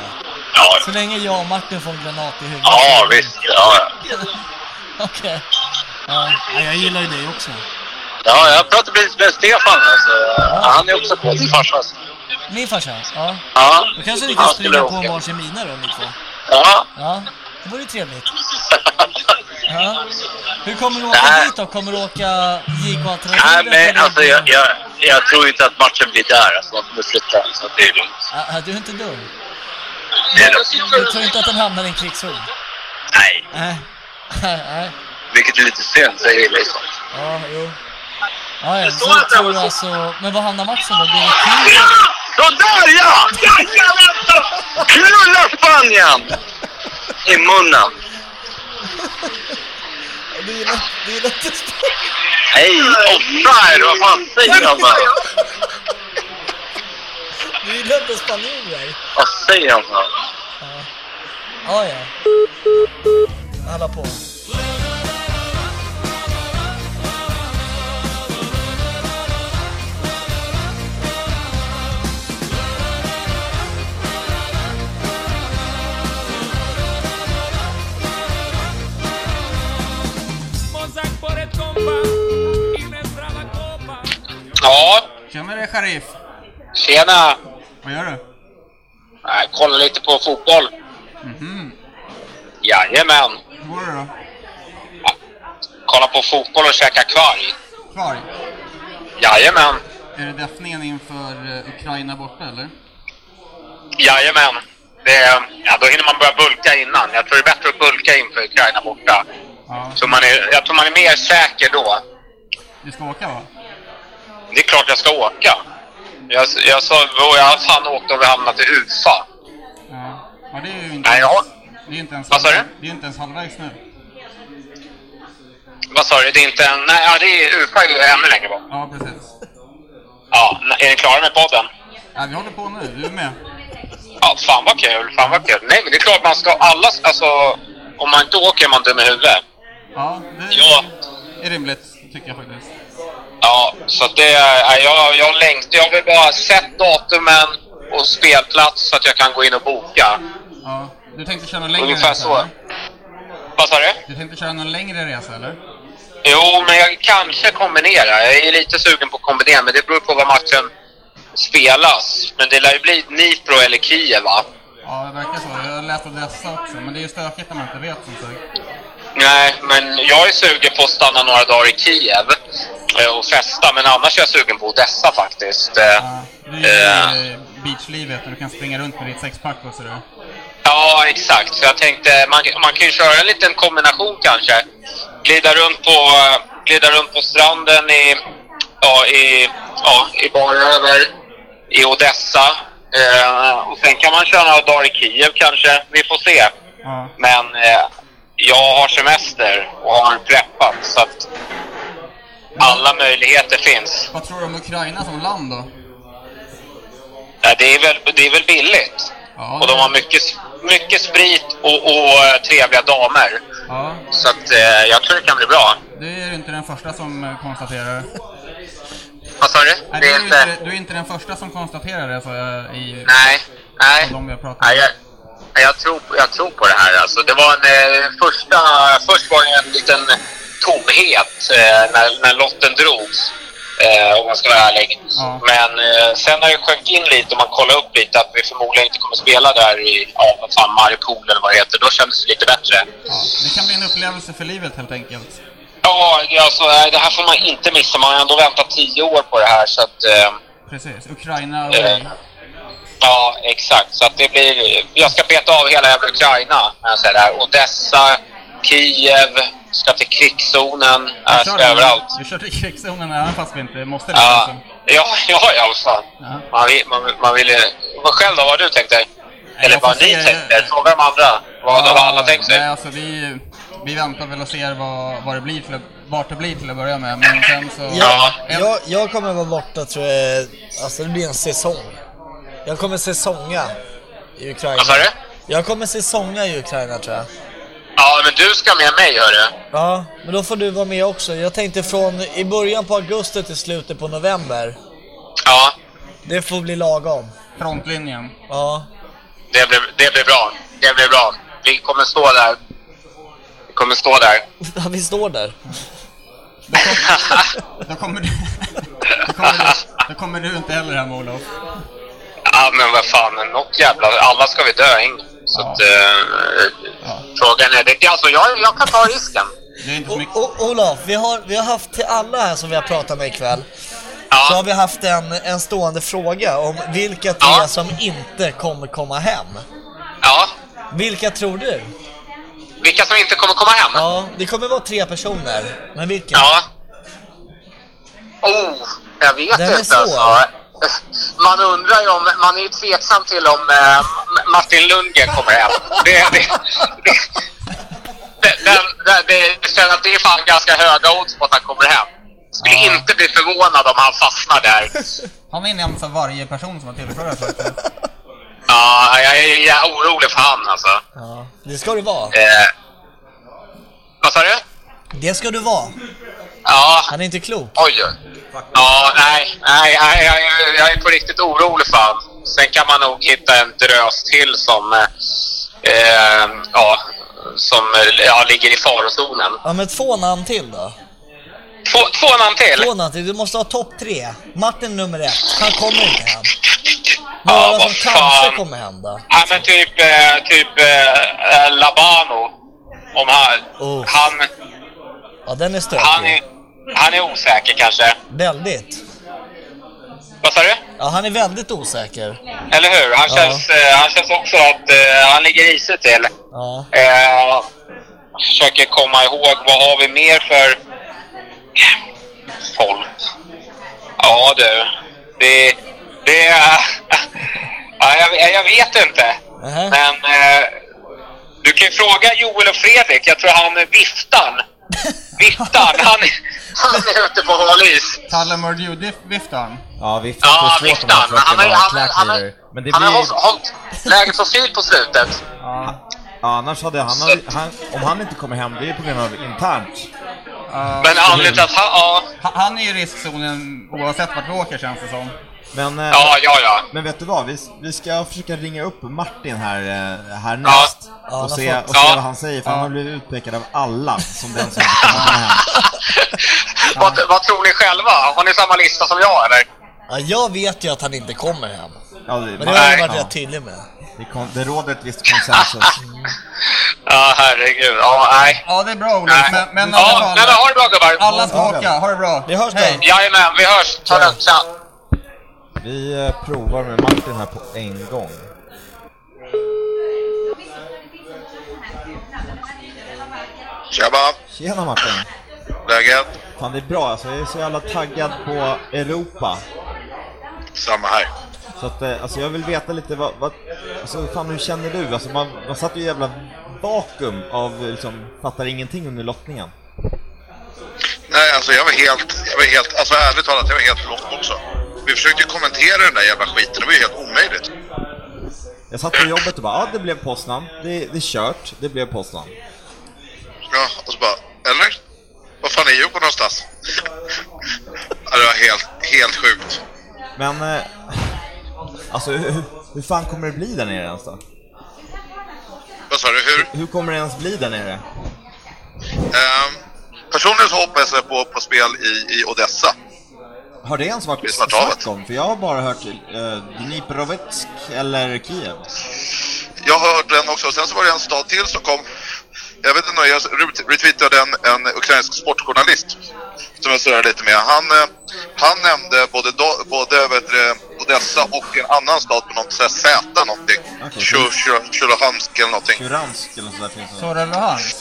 S5: Så länge jag och Martin får en granat i huvudet.
S10: Ja, visst. Ja, ja.
S5: (laughs) Okej. Ja, ja, jag gillar ju dig också.
S10: ja jag pratade precis med Stefan. Alltså. Han är också på sin farsa. Alltså.
S5: Min farsa? Ja.
S10: Ja.
S5: Då kanske ni kan
S10: Han skulle
S5: springa på
S10: åka.
S5: varsin mina då, ni två?
S10: Ja.
S5: Ja, det vore ju
S10: (laughs)
S5: trevligt. Ja. Hur kommer du åka
S10: Nej.
S5: dit då? Kommer du åka JK-alternativet?
S10: Nej, men
S5: eller-
S10: alltså jag, jag, jag tror inte att matchen blir där. Alltså, de kommer flytta. Så det är lugnt.
S5: Ja, ja, du är inte dum.
S10: Det är
S5: Du
S10: lugnt.
S5: tror inte att den hamnar i en krigszon?
S10: Nej.
S5: Nej. (laughs) Nej.
S10: Vilket är lite synd, säger jag liksom.
S5: Ja, jo. Ja, ja. Så tror du alltså... Men vad hamnar matchen då? Blir det krig?
S10: Sådär ja! Jajamensan! Knulla Spanien! I munnen.
S5: Det är lätt, det är lätt att stå.
S10: Nej, offside! Vad fan säger han då?
S5: Det är lätt att spanjorer.
S10: Vad säger han då?
S5: Ja, ja. Alla på.
S12: Ja,
S4: Tjenare Sheriff!
S12: tjena!
S4: Vad gör du?
S12: Jag kollar lite på fotboll.
S4: Mhm.
S12: Jajamän!
S4: Hur går det då?
S12: Kolla på fotboll och käka kvarg.
S4: Kvar?
S12: Jajamän!
S4: Är det deffningen inför eh, Ukraina borta eller?
S12: Jajamän! Det, ja, då hinner man börja bulka innan. Jag tror det är bättre att bulka inför Ukraina borta. Så man är, jag tror man är mer säker då.
S4: Du ska åka va?
S12: Det är klart jag ska åka. Jag, jag, sa, jag har fan åkt om vi hamnat i Ufa.
S4: Ja. ja det är ju inte...
S12: Nej, jag har...
S4: Det är ju inte ens...
S12: Vad sa du?
S4: Det är ju inte ens halvvägs nu.
S12: Vad sa du? Det är inte en... Nej, ja, det är Ufa är ju ännu längre bort.
S4: Ja, precis.
S12: Ja, är ni klara med podden?
S4: Ja, vi håller på nu. Du är med.
S12: Ja, fan vad kul. Fan vad kul. Nej, men det är klart man ska alla... Alltså, om man inte åker är man dum i huvudet.
S4: Ja, det
S12: Ja.
S4: är rimligt tycker jag faktiskt.
S12: Ja, så att det... är- Jag, jag längtar. Jag vill bara sett datumen och spelplats så att jag kan gå in och boka.
S4: Ja. Du tänkte köra någon längre
S12: Ungefär
S4: resa?
S12: så.
S4: eller?
S12: Vad sa du?
S4: Du tänkte köra någon längre resa eller?
S12: Jo, men jag kanske kombinerar. Jag är lite sugen på att kombinera, men det beror på var matchen spelas. Men det lär ju bli Dnipro eller Kiev, va?
S4: Ja, det verkar så. Jag har läst adressen också, men det är ju stökigt när man inte vet som sagt.
S12: Nej, men jag är sugen på att stanna några dagar i Kiev eh, och festa. Men annars är jag sugen på Odessa faktiskt. Eh,
S4: Det är ju
S12: eh,
S4: eh, beachlivet och du kan springa runt med ditt sexpack och sådär.
S12: Ja, exakt. Så jag tänkte, man, man kan ju köra en liten kombination kanske. Glida runt på, eh, glida runt på stranden i, ja, i, ja, i Baröver, i Odessa. Eh, och sen kan man köra några dagar i Kiev kanske. Vi får se. Men eh, jag har semester och har preppat så att alla möjligheter finns.
S4: Vad tror du om Ukraina som land då?
S12: Ja, det, är väl, det är väl billigt. och de har mycket, mycket sprit och, och eh, trevliga damer.
S4: Ja,
S12: Så att, eh, jag tror det kan bli bra.
S4: det är du inte den första som eh, konstaterar.
S12: Vad sa du?
S4: Nej,
S12: Det
S4: du,
S12: är
S4: är
S12: inte...
S4: inte, du är inte den första som konstaterar det så jag, i...
S12: Nej, nej.
S4: av De vi har pratat
S12: Nej, jag, nej, jag, tror, jag tror på det här. Alltså, det var en, eh, första, först var det en liten tomhet eh, när, när lotten drogs. Eh, om man ska vara ärlig. Men eh, sen har det sjunkit in lite och man kollar upp lite att vi förmodligen inte kommer spela där i ja, vad fan, Mariupol eller vad det heter. Då kändes det lite bättre.
S4: Det kan bli en upplevelse för livet helt enkelt.
S12: Ja, alltså, eh, det här får man inte missa. Man har ändå väntat tio år på det här. Så att, eh,
S4: Precis, Ukraina och...
S12: Eh, Ja, exakt. Så att det blir... Jag ska beta av hela jävla Ukraina. kan jag säga där. Odessa, Kiev, ska till krigszonen,
S4: Vi
S12: äh,
S4: kör
S12: ska
S4: det.
S12: överallt.
S4: Vi kör till krigszonen även fast vi inte måste det.
S12: Ja,
S4: alltså.
S12: ja, (laughs) ja, ja, vad fan. Man vill, man, vill- man vill ju... Vad själv då, vad har du tänkt dig? Eller
S4: jag får
S12: vad ni
S4: se-
S12: tänkte? Fråga de andra. Vad har alla tänkt sig?
S4: Nej, alltså vi, vi väntar väl och ser vad, vad det blir till, att- vart det blir till att börja med. Men sen så...
S5: Jag,
S4: En-
S5: jag, jag kommer vara borta tror jag, alltså det blir en säsong. Jag kommer säsonga i Ukraina.
S12: Vad sa du?
S5: Jag kommer säsonga i Ukraina tror jag.
S12: Ja, men du ska med mig, hörru.
S5: Ja, men då får du vara med också. Jag tänkte från i början på augusti till slutet på november.
S12: Ja.
S5: Det får bli lagom.
S4: Frontlinjen.
S5: Ja.
S12: Det blir, det blir bra. Det blir bra. Vi kommer stå där. Vi kommer stå där.
S5: Ja, vi står där.
S4: (laughs) Då kommer du... Då kommer du, då kommer du inte heller hem Olof.
S12: Ja, men vad fan. Något jävla... Alla ska vi dö en gång. Så att... Eh, Frågan är... Det, alltså, jag, jag kan ta risken.
S5: O- O- Olof, vi har, vi har haft till alla här som vi har pratat med ikväll. Så har vi haft en, en stående fråga om vilka det är som inte kommer komma hem.
S12: Ja.
S5: Vilka tror du?
S12: Vilka som inte kommer komma hem?
S5: Ja, det kommer vara tre personer. Men vilka?
S12: Ja. Oh, jag vet
S5: Den är
S12: inte. alltså.
S5: svår.
S12: (laughs) Man undrar ju om... Man är ju tveksam till om eh, M- Martin Lundgren kommer hem. Det, det, det, det, den, det, det, känns att det är fan ganska höga odds på att han kommer hem. Skulle inte bli förvånad om han
S5: (laughs)
S12: fastnar där.
S4: Han är nämnd för varje person som har tillfrågat. så att-
S12: Ja, jag är, jag är orolig för han alltså.
S5: Det ska du vara.
S12: Eh, vad sa du?
S5: Det ska du vara.
S12: Ja.
S5: Han är inte klok.
S12: Oj, oj. Ja, nej, nej, nej jag, är- jag är på riktigt orolig för han. Sen kan man nog hitta en drös till som, eh, eh, ja, som eh, ja, ligger i farozonen.
S5: Ja, men två namn till då.
S12: Två, två namn till?
S5: Två namn till. Du måste ha topp tre. Martin nummer ett. Han kommer inte hem. Några
S12: Ja, vad
S5: som kanske
S12: fan.
S5: kommer hem då.
S12: Ja, men typ, eh, typ eh, eh, Labano. Om han, han,
S5: Ja, den är
S12: han,
S5: stökig.
S12: är, han är osäker kanske.
S5: Väldigt.
S12: Vad sa du?
S5: Ja, han är väldigt osäker.
S12: Eller hur? Han
S5: Ja.
S12: känns, eh, han känns också att eh, han ligger risigt till.
S5: Ja.
S12: Eh, försöker komma ihåg, vad har vi mer för folk? Ja du, det... det (laughs) är- ja, jag, jag vet inte. Men eh, du kan ju fråga Joel och Fredrik. Jag tror han är
S5: (laughs)
S12: Viftan. Viftan, han, är- han är ute på hal is.
S4: Tyler Murdew-viftaren.
S3: Ja, viftan
S12: Ja,
S3: är svårt om
S12: Viftan.
S3: man försöker
S12: Han
S3: vara
S12: har ju- han har- han har-
S3: klackleader. Men det
S12: han har
S3: blir...
S12: hållit- hållit läget på fil på slutet.
S3: Ja, annars hade han, han, han... Om han inte kommer hem, det är ju på grund av internt.
S12: Men anledningen till att han... Ja.
S4: Han- Han är i riskzonen oavsett vart vi åker känns det som.
S3: Men, eh,
S4: Ja, ja, ja.
S3: men vet du vad? Vi, vi ska försöka ringa upp Martin här eh, härnäst
S4: Ja, han har
S3: och, se,
S4: fått-
S3: och se
S4: Ja.
S3: vad han säger, för han har blivit utpekad av alla som den som inte kommer hem.
S12: Vad, vad tror ni själva? Har ni samma lista som jag eller?
S5: Ja, jag vet ju att han inte kommer hem.
S3: Ja, det,
S5: Men det har jag varit
S3: ja.
S5: rätt tydlig med.
S3: det, kon, det råder ett visst konsensus.
S12: Ja, herregud. Ja, nej.
S4: Ja, det är bra Olof.
S12: Nej.
S4: Men, men
S12: Ja, nej, men ha det bra, gubbar.
S4: Alla ska åka. Ha det bra. Vi hörs Hej.
S12: Jajamän, vi hörs. Ta det Tja.
S3: Vi eh, provar med Martin här på en gång.
S13: Tjaba!
S3: Tjena Martin!
S13: Läget?
S3: Fan det är bra alltså, jag är så jävla taggad på Europa.
S13: Samma här.
S3: Så att, eh, alltså jag vill veta lite vad, vad alltså fan hur känner du? Alltså man, man satt ju i jävla vakuum av eh, liksom, fattar ingenting under lottningen.
S14: Nej, alltså jag var helt, jag var helt, alltså ärligt talat, jag var helt block också. Vi försökte ju kommentera den där jävla skiten, det var ju helt omöjligt.
S3: Jag satt på jobbet och bara, ja ah, det blev Poznan, det, det är kört, det blev Poznan.
S14: Ja, och så bara, eller? Vad fan är Djurgården någonstans? (laughs) ja, det var helt, helt sjukt.
S3: Men, eh, alltså hur, hur- hur fan kommer det bli där nere ens då?
S14: Vad sa du, hur?
S3: Hur kommer det ens bli där nere?
S14: Ehm, personligt hoppas jag på, på spel i, i Odessa.
S3: Har det ens
S14: Det är
S3: varit
S14: Svarthavet.
S3: snack om? För jag har bara hört eh, Dniprovsk eller Kiev.
S14: Jag hörde den också. Sen så var det en stad till som kom. Jag vet inte, jag retweetade en, en ukrainsk sportjournalist som jag surrade lite med. Han, eh, han nämnde både, do- både vet du, Odessa och en annan stad på något sätt, Z någonting. Tjur- Tjur- Tjurahamsk eller någonting.
S3: Kuransk eller sådär finns det.
S4: Sora Luhansk?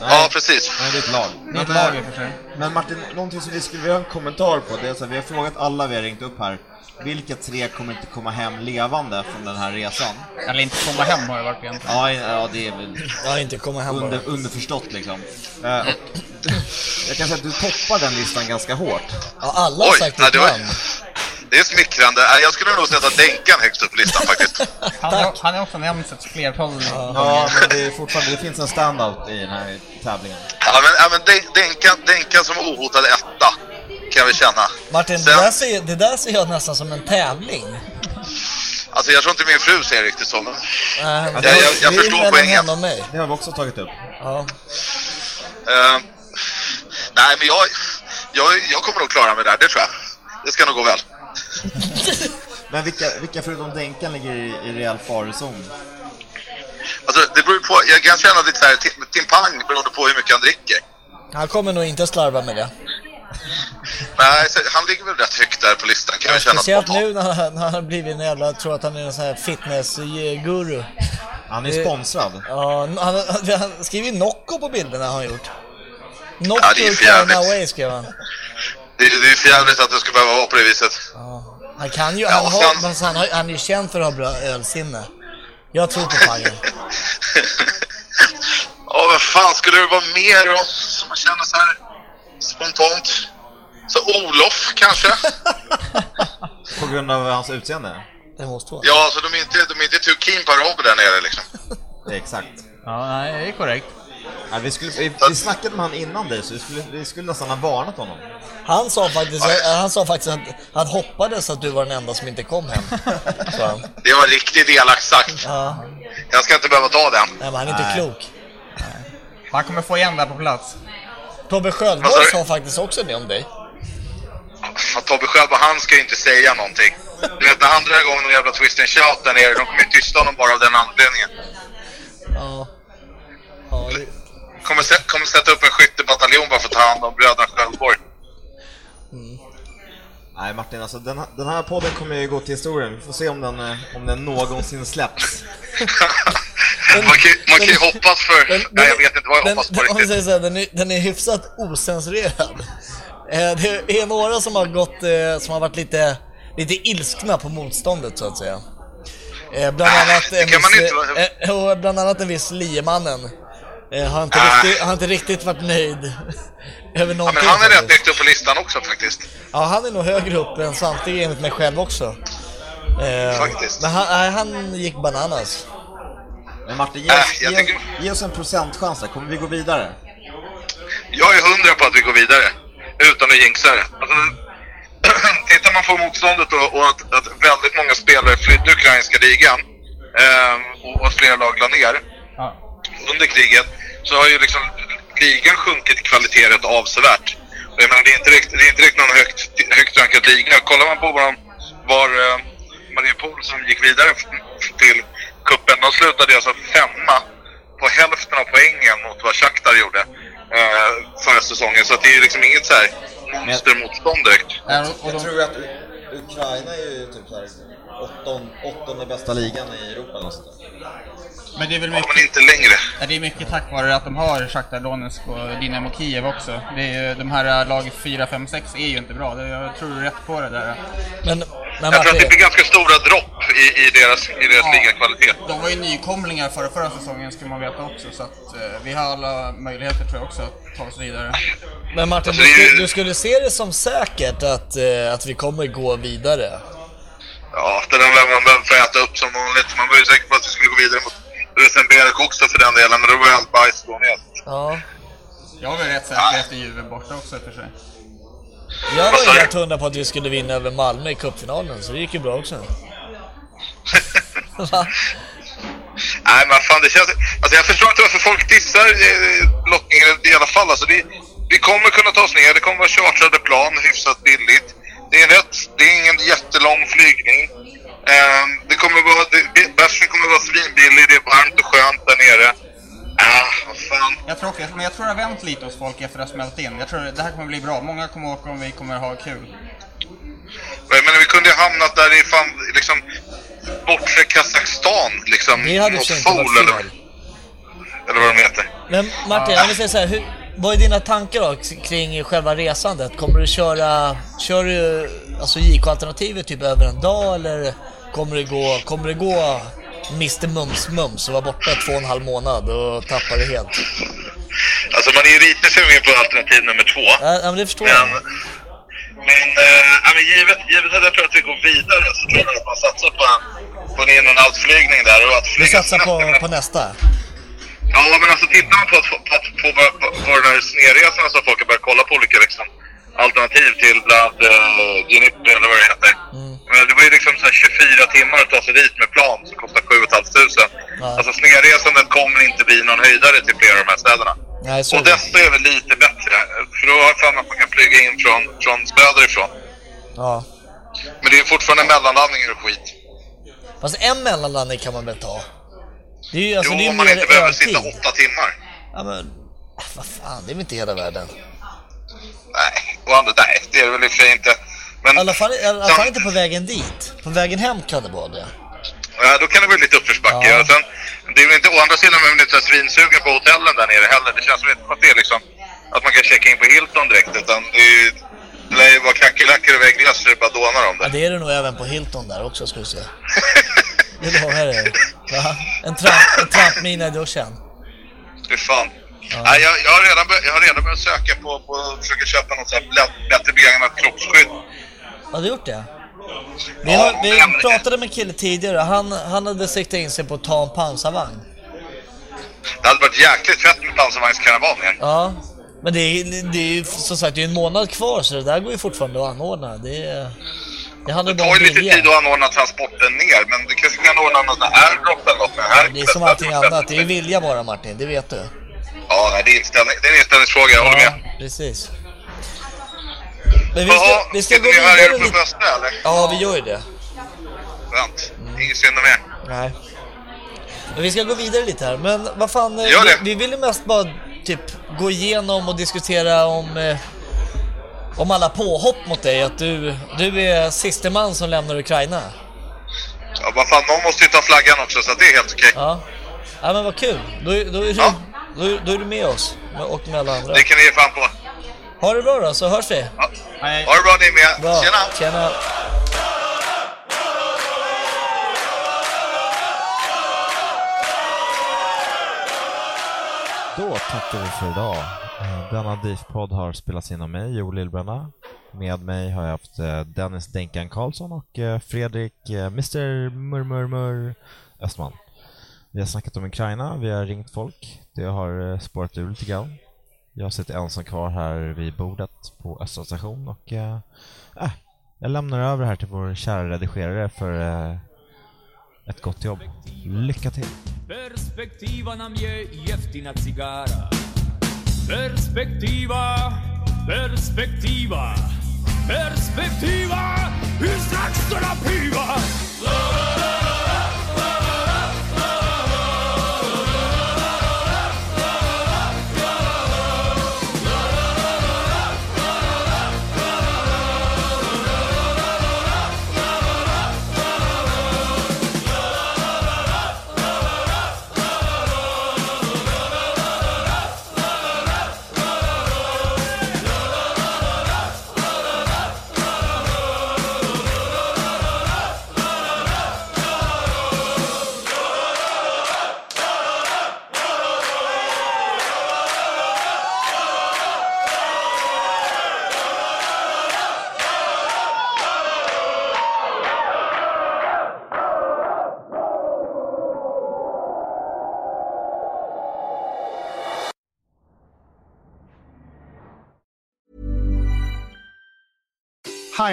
S14: Ja, precis.
S3: Nej, det är ett lag. Det är ett
S4: lag i
S3: lag.
S4: och för sig.
S3: Men Martin, någonting som vi skulle vilja ha en kommentar på, det är så här, vi har frågat alla vi har ringt upp här, vilka tre kommer inte komma hem levande från den här resan?
S4: Eller inte komma hem har jag varit egentligen.
S3: Ja, ja det är väl...
S5: Ja, inte komma hem bara.
S3: Under, underförstått liksom. Eh, och, (laughs) jag kan säga att du toppar den listan ganska hårt.
S5: Ja, alla har sagt
S14: nej,
S5: ditt
S14: det var-
S5: namn.
S14: Det är smickrande. Nej, Jag skulle nog sätta Denkan högst upp på listan faktiskt.
S4: Han, har- han har också nämnts ett flertal gånger.
S3: Ja, men det är fortfarande, det finns en standout i den här tävlingen.
S14: Ja, men, ja, men Den- Denkan, Denkan som ohotad etta kan vi känna.
S5: Martin, det där, ser, det där ser jag nästan som en tävling.
S14: Alltså jag tror inte min fru ser riktigt så, men...
S5: Nej,
S14: jag, jag, jag
S5: det är
S14: förstår
S5: mellan
S14: poängen.
S5: henne och mig.
S3: Alltså, Det har vi också tagit upp.
S5: Ja.
S14: Eh, nej, men jag, jag, jag kommer nog klara mig där, det tror jag. Det ska nog gå väl.
S3: Men vilka, vilka förutom Denkan ligger i, i rejäl farozon?
S14: Alltså, det beror ju på. Jag kan känna lite så här tim- timpang beroende på hur mycket han dricker.
S5: Han kommer nog inte slarva med det.
S14: Nej, så, han ligger väl rätt högt där på listan kan jag känna.
S5: Speciellt nu när han, när han har blivit en jävla, tror att han är en sån här fitnessguru.
S3: Han
S5: Det-
S3: är sponsrad.
S5: Ja, han, han, han skriver Nocco på bilderna har han gjort. Nocco
S14: Ja, det är för
S5: Ukraina
S14: jävligt.
S5: Way skrev han.
S14: Det, det är för jävligt att det ska behöva vara på det viset.
S5: Han kan ju,
S14: Ja,
S5: han,
S14: och
S5: har,
S14: sen-
S5: men han, har, han är ju känd för att ha bra ölsinne. Jag tror på Pajen.
S14: Ja, vad fan skulle det vara mer då? Som man känner så här spontant. Så Olof
S5: (laughs)
S14: kanske?
S3: På grund av hans utseende?
S5: Det måste vara.
S14: Ja, alltså de är inte, de är inte too keen på Robert där nere liksom.
S3: Det är exakt.
S4: Ja, nej, det är korrekt.
S3: Ja, vi, skulle, vi, vi snackade med han innan dig, så vi skulle, vi skulle nästan ha varnat honom.
S5: Han sa faktiskt, han sa faktiskt att han hoppades att du var den enda som inte kom hem. sa han.
S14: Det var riktigt elakt sagt.
S5: Alltså. Ja.
S14: Jag ska inte behöva ta den.
S5: Nej, men han är inte
S4: Nej.
S5: klok.
S4: Han kommer få igen där på plats.
S5: Tobbe
S14: Vad sa
S5: Sköldborg
S14: du?
S5: sa faktiskt också det om dig.
S14: Att Tobbe själv, han ska ju inte säga någonting. Du vet, den andra gången de jävla twist and shout där nere, de kommer ju tysta honom bara av den anledningen.
S5: Ja. Ja, det-
S14: Kommer, sä- kommer sätta upp en skyttebataljon bara för att ta hand om bröderna Sköldborg.
S3: Nej Martin, alltså den, här- den här podden kommer ju gå till historien. Vi får se om den, eh, om den någonsin släpps.
S14: Man kan, ju- man kan ju
S5: den-
S14: hoppas för...
S5: den-
S14: nej, jag vet inte vad jag
S5: den,
S14: hoppas på
S5: den, om vi
S14: riktigt.
S5: säger så här, den, är, den är hyfsat ocensurerad. Eh, Det är några som har gått, eh, som har varit lite, lite ilskna på motståndet så att säga. Eh, Bland
S14: Ah,
S5: annat,
S14: det
S5: en
S14: kan man
S5: viss,
S14: inte vara-
S5: eh, eh, och bland annat en viss liemannen. Eh, Har inte,
S14: Ah.
S5: riktigt, har inte riktigt varit nöjd (laughs) över
S14: Ja,
S5: någonting.
S14: men han är
S5: faktiskt.
S14: rätt högt upp på listan också faktiskt.
S5: Ja, han är nog högre upp än Svante enligt mig själv också. Eh,
S14: Faktiskt.
S5: Men han, nej, han gick bananas.
S3: Men Martin, ge oss,
S14: Äh, jag
S3: ge,
S14: tycker-
S3: oss- ge oss en procentchans där. Kommer vi gå vidare?
S14: Jag är hundra på att vi går vidare. Utan att jinxa det. Alltså, (clears throat) tittar man på motståndet och, och att, att väldigt många spelare flydde ukrainska ligan eh, och, och flera lag la ner
S4: Ja.
S14: under kriget så har ju liksom ligan sjunkit i kvalitet rätt avsevärt. Och Jag menar, det är inte riktigt, det är inte riktigt någon högt, högt rankad liga. Kollar man på var, de, var eh, Mariupol som gick vidare f- till kuppen, de slutade alltså femma på hälften av poängen mot vad Shakhtar gjorde eh, förra säsongen. Så att det är ju liksom inget så här monstermotstånd direkt.
S4: Är- och de-
S3: Jag tror att Ukraina är ju typ såhär åtton, åttonde bästa ligan i Europa eller nåt sånt där.
S4: Men det är väl mycket...
S14: inte längre.
S4: Ja, det är mycket tack vare att de har Shakhtar Donetsk och Dynamo Kiev också. Det är ju, de här äh, lag 4, 5, 6 är ju inte bra. Det- Jag tror du är rätt på det där.
S5: Men,
S14: Jag tror att det blir ganska stora dropp i, i deras, i deras
S4: Ja.
S14: ligakvalitet.
S4: De var ju nykomlingar förra, förra säsongen ska man veta också så att eh, vi har alla möjligheter tror jag också att ta oss vidare.
S5: Men Martin,
S4: Alltså,
S5: du,
S4: det är ju-
S5: skulle- du skulle se det som säkert att, eh, att vi kommer gå vidare?
S14: Ja, det där lär man väl få äta upp som vanligt. Man var ju säker på att vi skulle gå vidare mot Rosenberg också för den delen, men då var ju allt bajs då (laughs) ner.
S5: Ja.
S4: Jag var ju rätt säker efter Juve borta också i och för sig.
S5: Jag
S4: Alltså-
S5: var ju helt hundra på att vi skulle vinna över Malmö i cupfinalen, så det gick ju bra också. Va?
S14: Nej, men fan det känns... Alltså jag förstår inte varför folk dissar eh, lottningen i alla fall. Alltså, det, vi kommer kunna ta oss ner. Det kommer vara chartrade plan, hyfsat billigt. Det är rätt. Det är ingen jättelång flygning. Ehm, det kommer vara... det- Bärsen kommer vara svinbillig. Det är varmt och skönt där nere. Ah, vad fan.
S4: Jag tror också, men jag tror det har vänt lite hos folk efter att ha smält in. Jag tror det här kommer bli bra. Många kommer åka om vi kommer ha kul.
S14: Jag menar, vi kunde ju hamnat där i fan, liksom... Bortre Kazakstan, liksom.
S5: Det hade
S14: mot
S5: inte varit
S14: Seoul, eller, eller vad de heter.
S5: Men Martin, jag vill säga så här, hur, vad är dina tankar då kring själva resandet? Kommer du köra, kör du alltså JK-alternativet typ över en dag eller kommer det gå, kommer det gå Mr Mums-Mums och vara borta två och en halv månad och tappa det helt?
S14: Alltså man är ju lite sugen på alternativ nummer två.
S5: Ja, men det förstår
S14: jag. Men, eh, ja, men givet, givet att jag tror att vi går vidare så tror jag att man satsar på, på en in och en outflygning där. Och att
S5: Vi
S14: flyga
S5: satsar på, på nästa.
S14: Ja, men alltså tittar man på, att, på, att- på, på, på, på den här snedresan som folk har börjat kolla på olika liksom, alternativ till bland annat eh, Dnipro eller vad det heter. Men det var ju liksom så här 24 timmar att ta sig dit med plan som kostar 7 500. Alltså snedresandet kommer inte bli någon höjdare till flera av de här städerna.
S5: Nej, så är
S14: Och
S5: det.
S14: desto är väl lite bättre. För då har jag för mig att man kan flyga in från, från söderifrån.
S5: Ja.
S14: Men det är ju fortfarande mellanlandningar och skit.
S5: Fast en mellanlandning kan man väl ta? Det är ju alltså,
S14: jo,
S5: det är ju
S14: om man
S5: mer
S14: inte behöver
S5: övertid.
S14: sitta åtta timmar.
S5: Ja, men ah, vad fan, det är väl inte hela världen.
S14: Och andra, nej, det är det väl i och för sig inte. Men
S5: I alla fall, i alla fall inte på vägen dit. På vägen hem kan det vara det.
S14: Ja, då kan det bli lite uppförsbacke. Ja. Sen, det är väl inte, å andra sidan är man inte så svinsugen på hotellen där nere heller. Det känns väl inte som att det är liksom att man kan checka in på Hilton direkt. Utan det är ju- det lär ju vara kackerlackor och vägglöss så det bara dånar om det.
S5: Ja, det är det nog även på Hilton där också ska du
S14: (laughs)
S5: se. Det lovar jag dig. Va? En, tramp, en trampmina i duschen.
S14: Fy fan. Nej, jag, jag, har redan bör, jag har redan börjat söka på, på att försöka köpa något så här lätt, bättre begagnat kroppsskydd.
S5: Har du gjort det? Vi, har, vi pratade med en kille tidigare, han, han hade siktat in sig på att ta en pansarvagn.
S14: Det hade varit jäkligt fett med pansarvagnskarneval
S5: Ja, men det är, det är ju som sagt det är en månad kvar så det där går ju fortfarande att anordna. Det, är- det handlar ju
S14: Det
S5: bara
S14: tar
S5: om
S14: ju lite
S5: vilja.
S14: tid att anordna transporten ner, men du kanske kan ordna någon sån här airdrop eller något med här.
S5: Det är som allting annat, det är vilja bara Martin, det vet du.
S14: Ja, nej, det är, inställning, det är en inställningsfråga, jag håller med.
S5: Precis. Men vi ska, vi ska gå
S14: Ni hör er
S5: vidare
S14: på
S5: lite.
S14: Bösta eller?
S5: Ja, vi gör ju det. Mm.
S14: Skönt. Inget synd om er.
S5: Nej. Men vi ska gå vidare lite här, men vad fan, eh,
S14: Gör det.
S5: vi, vi ville mest bara typ gå igenom och diskutera om, eh, om alla påhopp mot dig, att du, du är siste man som lämnar Ukraina.
S14: Ja, vad fan, någon måste ju ta flaggan också, så att det är helt okej.
S5: Ja, ja men vad kul, då, är- då, är, du, då, är- då är du med oss med- och med alla andra.
S14: Det kan ni ge fan på.
S5: Ha det bra då, så hörs vi.
S14: Ha det bra ni med.
S5: Bra.
S14: Tjena!
S5: Tjena.
S3: Då tackar vi för idag. Eh, Denna DIF-podd har spelats in av mig, Joel Lillbränna. Med mig har jag haft eh, Dennis Denkan Karlsson och eh, Fredrik eh, Mr Murmurmur Östman. Vi har snackat om Ukraina, vi har ringt folk. Det har eh, spårat ur lite grann. Jag sitter ensam kvar här vid bordet på Östra station och eh, äh, jag lämnar över här till vår kära redigerare för eh, ett gott jobb. Lycka till!
S6: Perspektiva nam je jeftina cigara. Perspektiva, perspektiva, perspektiva i strax piva.
S15: Hi,